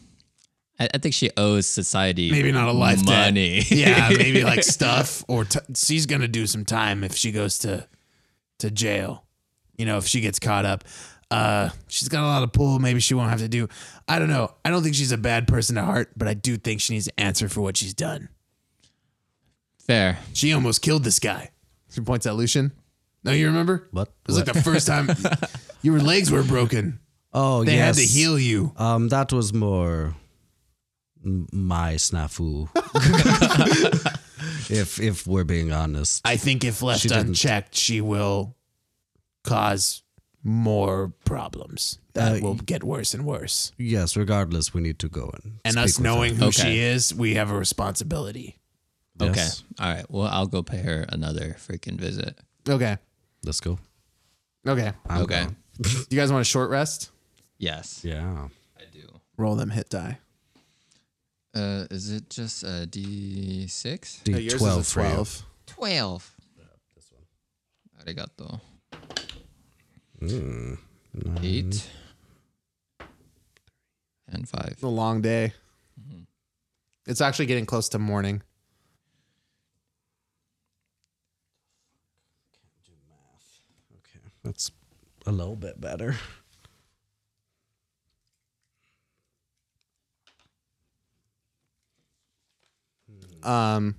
C: I, I think she owes society
E: Maybe not a life debt.
C: money.
E: Yeah, maybe like stuff or t- she's gonna do some time if she goes to to jail. You know, if she gets caught up. Uh, she's got a lot of pull. Maybe she won't have to do. I don't know. I don't think she's a bad person at heart, but I do think she needs to answer for what she's done.
C: Fair.
E: She almost killed this guy.
A: she points at Lucian.
E: No, you remember?
B: What?
E: It was like the first time your legs were broken.
B: Oh
E: They
B: yes.
E: had to heal you.
B: Um, that was more m- my snafu. if if we're being honest,
E: I think if left
B: She didn't.
E: unchecked, she will cause more problems that
B: Uh,
E: will get worse and worse.
B: yes. Regardless, we need to go in.
E: And
B: speak
E: us
B: with
E: knowing
B: her.
E: who
C: Okay.
E: she is, we have a responsibility.
B: Yes.
C: Okay. All right. Well, I'll go pay her another freaking visit.
A: Okay.
B: Let's go.
A: Okay.
B: I'm
C: okay.
B: going.
A: Do you guys want a short rest?
C: Yes.
B: Yeah.
C: I do.
A: Roll them hit die.
C: Uh, is it just a D six?
B: D twelve for you.
C: Twelve. Arigato. Eight. And five.
A: It's a long day. It's actually getting close to morning.
B: That's a little bit better.
A: Um,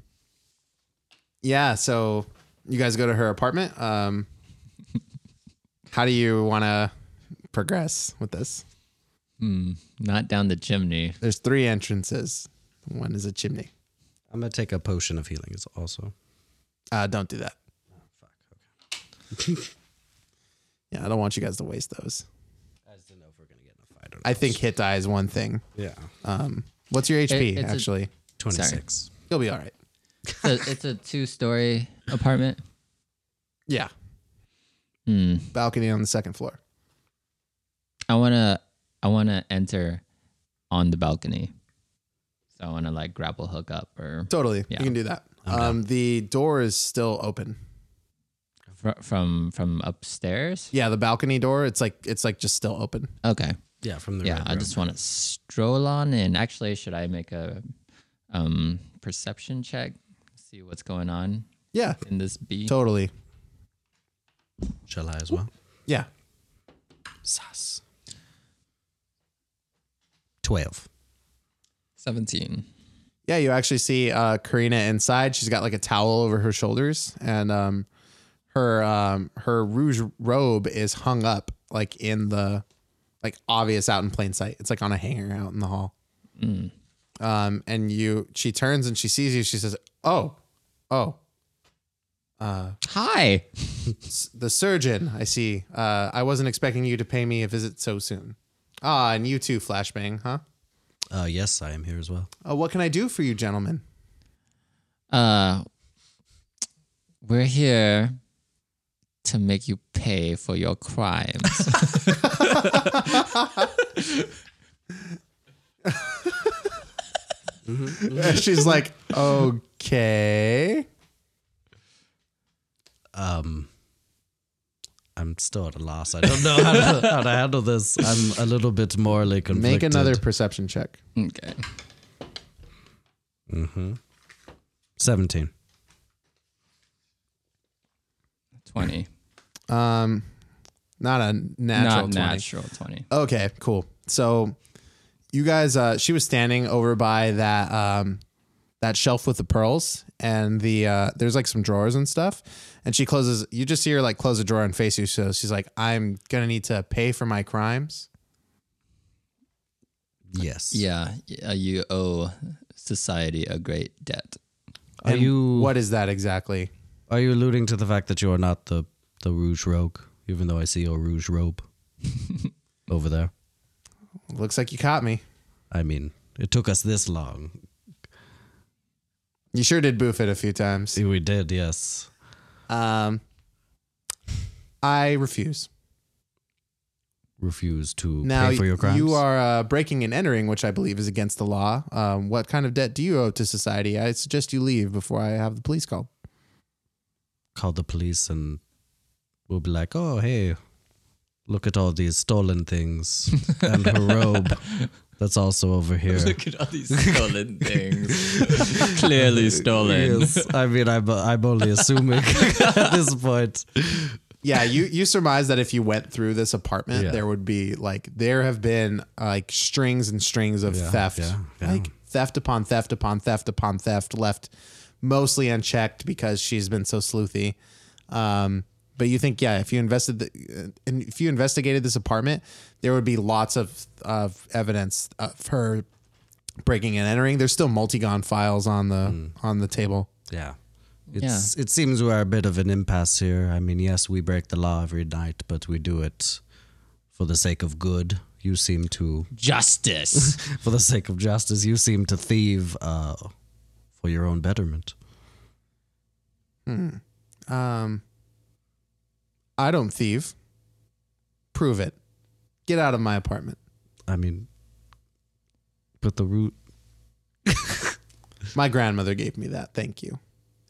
A: yeah. So you guys go to her apartment. Um, how do you want to progress with this?
C: Hmm. Not down the chimney.
A: There's three entrances. One is a chimney.
B: I'm gonna take a potion of healing. Is also
A: Uh, don't do that. yeah, I don't want you guys to waste those. I think hit die is one thing.
B: yeah
A: Um, what's your HP
C: it's a-
A: actually?
B: twenty six.
A: You'll be all right.
C: a, it's a two story apartment.
A: Yeah.
C: Hmm.
A: Balcony on the second floor.
C: I wanna I wanna enter on the balcony. So I wanna like grapple hook up or
A: Totally.
C: Yeah.
A: You can do that. Um, the door is still open.
C: fr- from from upstairs.
A: Yeah, the balcony door. It's like it's like just still open.
C: Okay.
B: Yeah, from the
C: Yeah,
B: red
C: I
B: room.
C: just want to stroll on in. Actually, should I make a um perception check? See what's going on
A: Yeah,
C: in this B.
A: totally.
B: Shall I as well?
A: Yeah,
B: Sass. Twelve.
C: 17.
A: yeah. You actually see uh, Karina inside. She's got like a towel over her shoulders, and um, her um, her rouge robe is hung up like in the like obvious out in plain sight. It's like on a hanger out in the hall. Um, and you, she turns and she sees you. She says, "Oh, oh."
C: Hi.
A: the surgeon. I see. Uh, I wasn't expecting you to pay me a visit so soon. Ah, and you too, Flashbang, huh?
B: Uh, yes, I am here as well.
A: Uh, what can I do for you, gentlemen?
C: Uh we're here to make you pay for your crimes.
A: She's like, okay.
B: Um, I'm still at a loss. I don't know how to, how to handle this. I'm a little bit morally conflicted.
A: Make another perception check.
C: okay.
B: seventeen.
C: 20.
A: Um, not a natural
C: Not
A: 20.
C: natural 20.
A: Okay, cool. So you guys uh she was standing over by that um that shelf with the pearls and the uh there's like some drawers and stuff and she closes you just see her like close a drawer and face you so she's like I'm going to need to pay for my crimes.
B: Yes.
C: Yeah, yeah, you owe society a great debt.
B: Are
A: And
B: you
A: What is that exactly?
B: Are you alluding to the fact that you are not the the rouge rogue? Even though I see your rouge robe over there.
A: Looks like you caught me.
B: I mean, it took us this long.
A: You sure did boof it a few times.
B: We did, yes.
A: Um I refuse.
B: Refuse to
A: Now
B: pay for your crimes.
A: you are uh, breaking and entering, which I believe is against the law. Um, what kind of debt do you owe to society? I suggest you leave before I have the police called.
B: call the police and we'll be like, oh hey, look at all these stolen things and her robe that's also over here.
C: at all these stolen things. Clearly stolen.
B: Yes, I mean, I'm, I'm only assuming at this point.
A: Yeah, you you surmise that if you went through this apartment,
B: Yeah.
A: there would be like there have been like strings and strings of theft,
B: yeah, yeah.
A: like theft upon theft upon theft upon theft, left mostly unchecked because she's been so sleuthy. Um, but you think, yeah, if you invested, the, uh, and if you investigated this apartment, there would be lots of of evidence of her breaking and entering. There's still multigon files on the
B: Hmm.
A: on the table.
B: Yeah. It's, It seems we're a bit of an impasse here. I mean, yes, we break the law every night, but we do it for the sake of good. You seem to,
C: Justice.
B: for the sake of justice, you seem to thieve uh, for your own betterment.
A: Um, I don't thieve. Prove it. Get out of my apartment.
B: I mean, but the root.
A: My grandmother gave me that. Thank you.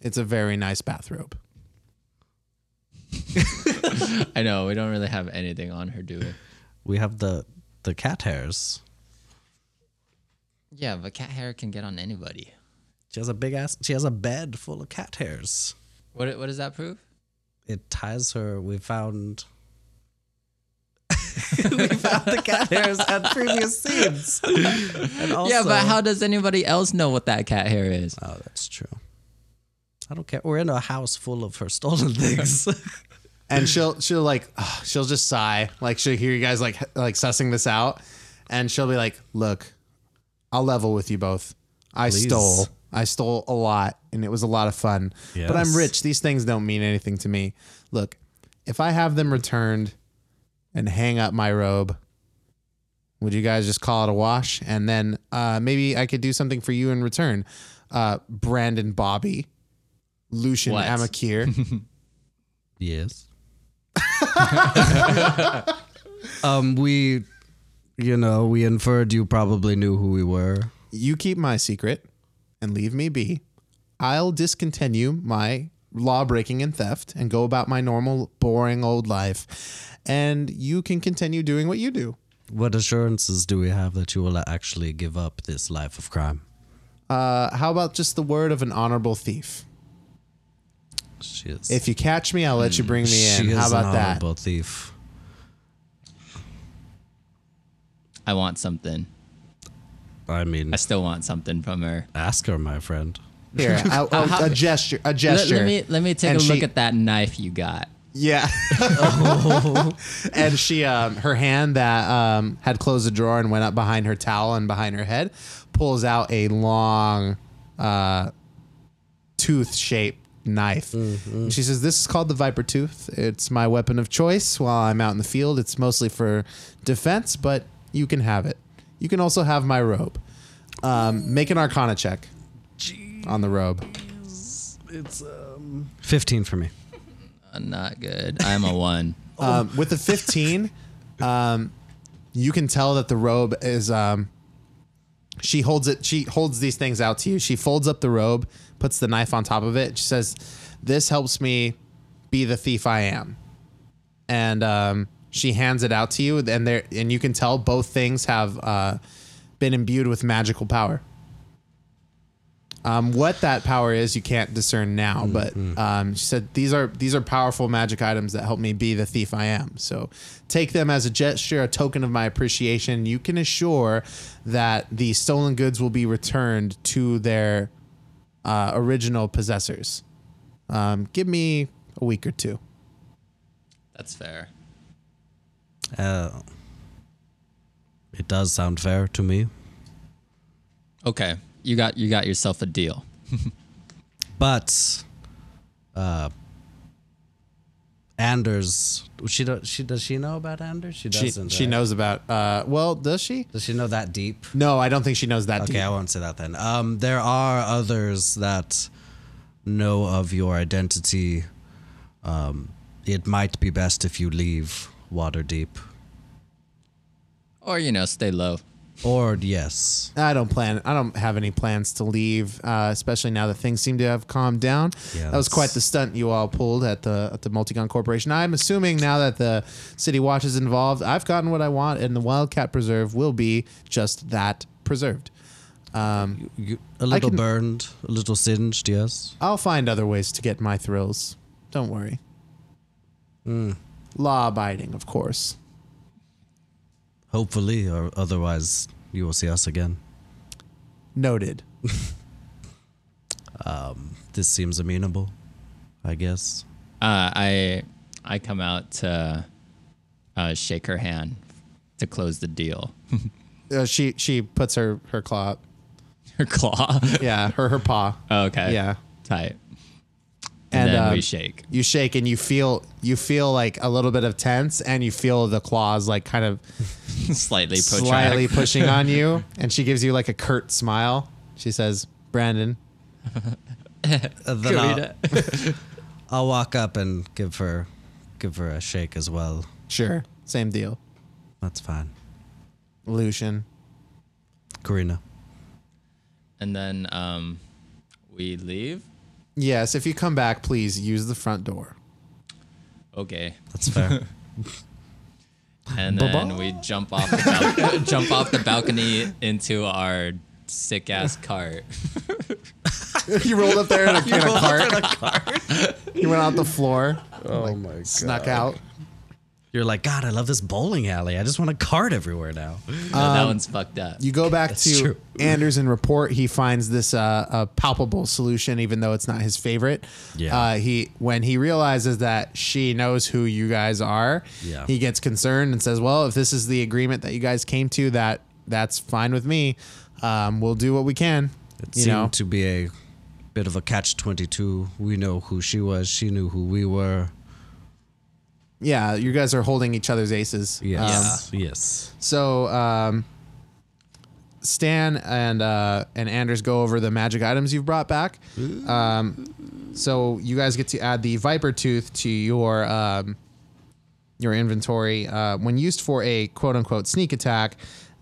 A: It's a very nice bathrobe.
C: I know, we don't really have anything on her, do we?
B: We have the the cat hairs.
C: Yeah, but cat hair can get on anybody.
B: She has a big ass. She has a bed full of cat hairs.
C: What, what does that prove?
B: It ties her. We found. we found the cat hairs at previous scenes. And also,
C: yeah, but how does anybody else know what that cat hair is?
B: Oh, that's true. I don't care. We're in a house full of her stolen things.
A: And she'll she'll like ah, she'll just sigh. Like she'll hear you guys like like sussing this out, and she'll be like, "Look, I'll level with you both. I
B: Please.
A: stole. I stole a lot, and it was a lot of fun. But I'm
B: Yes.
A: rich. These things don't mean anything to me. Look, if I have them returned, and hang up my robe." Would you guys just call it a wash? And then uh, maybe I could do something for you in return. Uh, Brandon Bobby Lucian
C: What?
A: Amakir.
B: Yes. um, we, you know, we inferred you probably knew who we were.
A: you keep my secret and leave me be. I'll discontinue my law breaking and theft and go about my normal, boring old life. And you can continue doing what you do.
B: What assurances do we have that you will actually give up this life of crime?
A: Uh, how about just the word of an honorable thief?
B: She is.
A: If you catch me, I'll let you bring me in.
B: Hmm, she is
A: How
B: an
A: about that?
B: honorable thief.
C: I want something.
B: I mean,
C: I still want something from her.
B: ask her, my friend.
A: Here, I'll, I'll- a gesture. A
C: Let-
A: gesture.
C: Let, me let me take
A: And
C: a look
A: she-
C: at that knife you got.
A: Yeah. and she, um, her hand that um, had closed the drawer and went up behind her towel and behind her head, pulls out a long, uh, tooth-shaped knife. And She says, "This is called the viper tooth. It's my weapon of choice while I'm out in the field. It's mostly for defense, but you can have it. You can also have my robe. Um, make an Arcana check on the robe.
B: Fifteen for me.
C: Uh, not good. I'm a one.
A: um, with the 15 um, you can tell that the robe is um, she holds it she holds these things out to you she folds up the robe puts the knife on top of it she says this helps me be the thief i am and um, she hands it out to you and there and you can tell both things have uh, been imbued with magical power um, what that power is, you can't discern now,
B: Mm-hmm.
A: but um, she said these are these are powerful magic items that help me be the thief I am. So take them as a gesture, a token of my appreciation. You can assure that the stolen goods will be returned to their uh, original possessors. Um, give me a week or two.
C: That's fair.
B: Uh, it does sound fair to me,
C: Okay, you got you got yourself a deal.
B: but uh, Anders, she does. She does she know about Anders? She
A: She,
B: doesn't.
A: she
B: right?
A: knows about. Uh, well, does she?
B: Does she know that deep?
A: No, I don't think she knows that.
B: Okay,
A: deep.
B: I won't say that then. Um, there are others that know of your identity. Um, it might be best if you leave Waterdeep,
C: Or you know, stay low.
B: or yes,
A: I don't plan. I don't have any plans to leave, uh, especially now that things seem to have calmed down.
B: Yeah,
A: that was
B: that's-
A: quite the stunt you all pulled at the at the Multigun Corporation. I'm assuming now that the City Watch is involved, I've gotten what I want, and the Wildcat Preserve will be just that preserved.
B: you, a little
A: can-
B: burned, a little singed. Yes,
A: I'll find other ways to get my thrills. Don't worry.
B: Hmm.
A: Law abiding, of course.
B: hopefully, or otherwise you will see us again.
A: Noted.
B: This seems amenable, I guess.
C: Uh, I I come out to uh, shake her hand to close the deal.
A: Uh, she she puts her her claw. Up.
C: her claw.
A: Yeah, her her paw.
C: okay.
A: Yeah.
C: Tight.
A: And,
C: And, then
A: um,
C: we shake.
A: you shake and you feel you feel like a little bit of tense and you feel the claws like kind of
C: Slightly push
A: slyly pushing on you and she gives you like a curt smile she says brandon
B: Uh, then I'll, I'll walk up and give her, give her a shake as well.
A: sure same deal
B: That's fine,
A: lucian
B: Karina.
C: And then um, we leave.
A: yes if you come back please use the front door
C: Okay.
B: That's fair.
C: And then we jump off the bal- jump off the balcony into our sick ass cart.
A: you rolled up there in a, in a cart you went out the floor oh my god snuck out
B: You're like, God, I love this bowling alley. I just want to cart everywhere now.
C: No, that one's fucked up.
A: You go back to
B: true.
A: Anderson report. He finds this uh, a palpable solution, even though it's not his favorite.
B: Yeah.
A: Uh, he when he realizes that she knows who you guys are,
B: Yeah.
A: he gets concerned and says, "Well, if this is the agreement that you guys came to, that that's fine with me. Um, we'll do what we can.
B: It
A: you
B: seemed
A: know,
B: to be a bit of a catch 22. We know who she was, she knew who we were.
A: yeah, you guys are holding each other's aces. Um,
B: Yes. Um, yes.
A: So um, Stan and uh, and Anders go over the magic items you've brought back. Um, So you guys get to add the viper tooth to your um, your inventory uh, when used for a quote unquote sneak attack.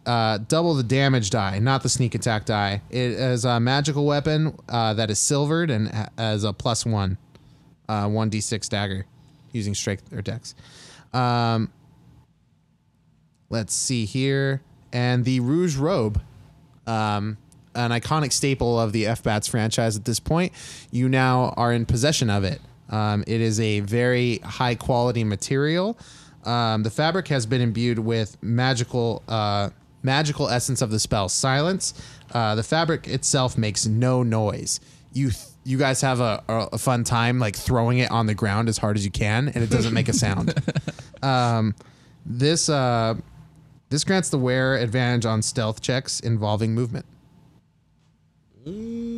A: Uh, double the damage die, not the sneak attack die. It is a magical weapon uh, that is silvered and ha- has a plus one, uh, one d6 dagger, using strength or dex. Um, let's see here, and the rouge robe um, an iconic staple of the FBATS franchise at this point. You now are in possession of it. Um, it is a very high quality material. Um, the fabric has been imbued with magical uh, magical essence of the spell silence. Uh, the fabric itself makes no noise. You th- you guys have a, a a fun time like throwing it on the ground as hard as you can, and it doesn't make a sound. Um, this uh, this grants the wearer advantage on stealth checks involving movement. It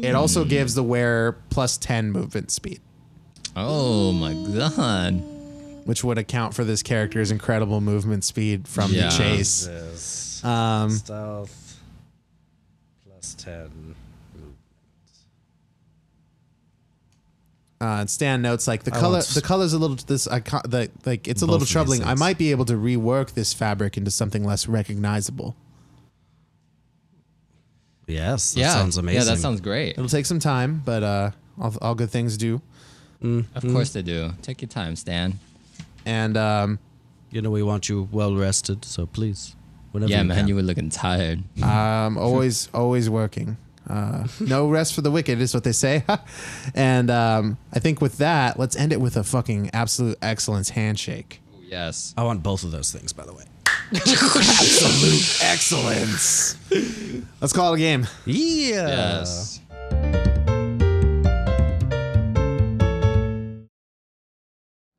B: Mm.
A: also gives the wearer plus 10 movement speed,
C: Oh my god.
A: which would account for this character's incredible movement speed from the
C: Yeah.
A: chase.
B: Yes.
A: Um,
B: Stealth plus 10.
A: uh, Stan notes like the
B: I
A: color
B: want-
A: the color's a little this icon the like it's a
B: Both
A: little
B: of these
A: troubling. I
B: things.
A: might be able to rework this fabric into something less recognizable.
B: Yes, that
C: yeah.
B: sounds amazing.
C: Yeah, that sounds great.
A: It'll take some time, but uh, all, all good things do.
C: Of course they do. Take your time, Stan.
A: And um,
B: You know, we want you well rested, so please, whenever
C: Yeah,
B: you
C: man,
B: can.
C: you were looking tired.
A: Um, always, always working. Uh, no rest for the wicked is what they say. and um, I think with that, let's end it with a fucking absolute excellence handshake.
C: yes.
B: I want both of those things, by the way.
A: Excellence. let's call it a game.
B: Yeah.
C: Yes.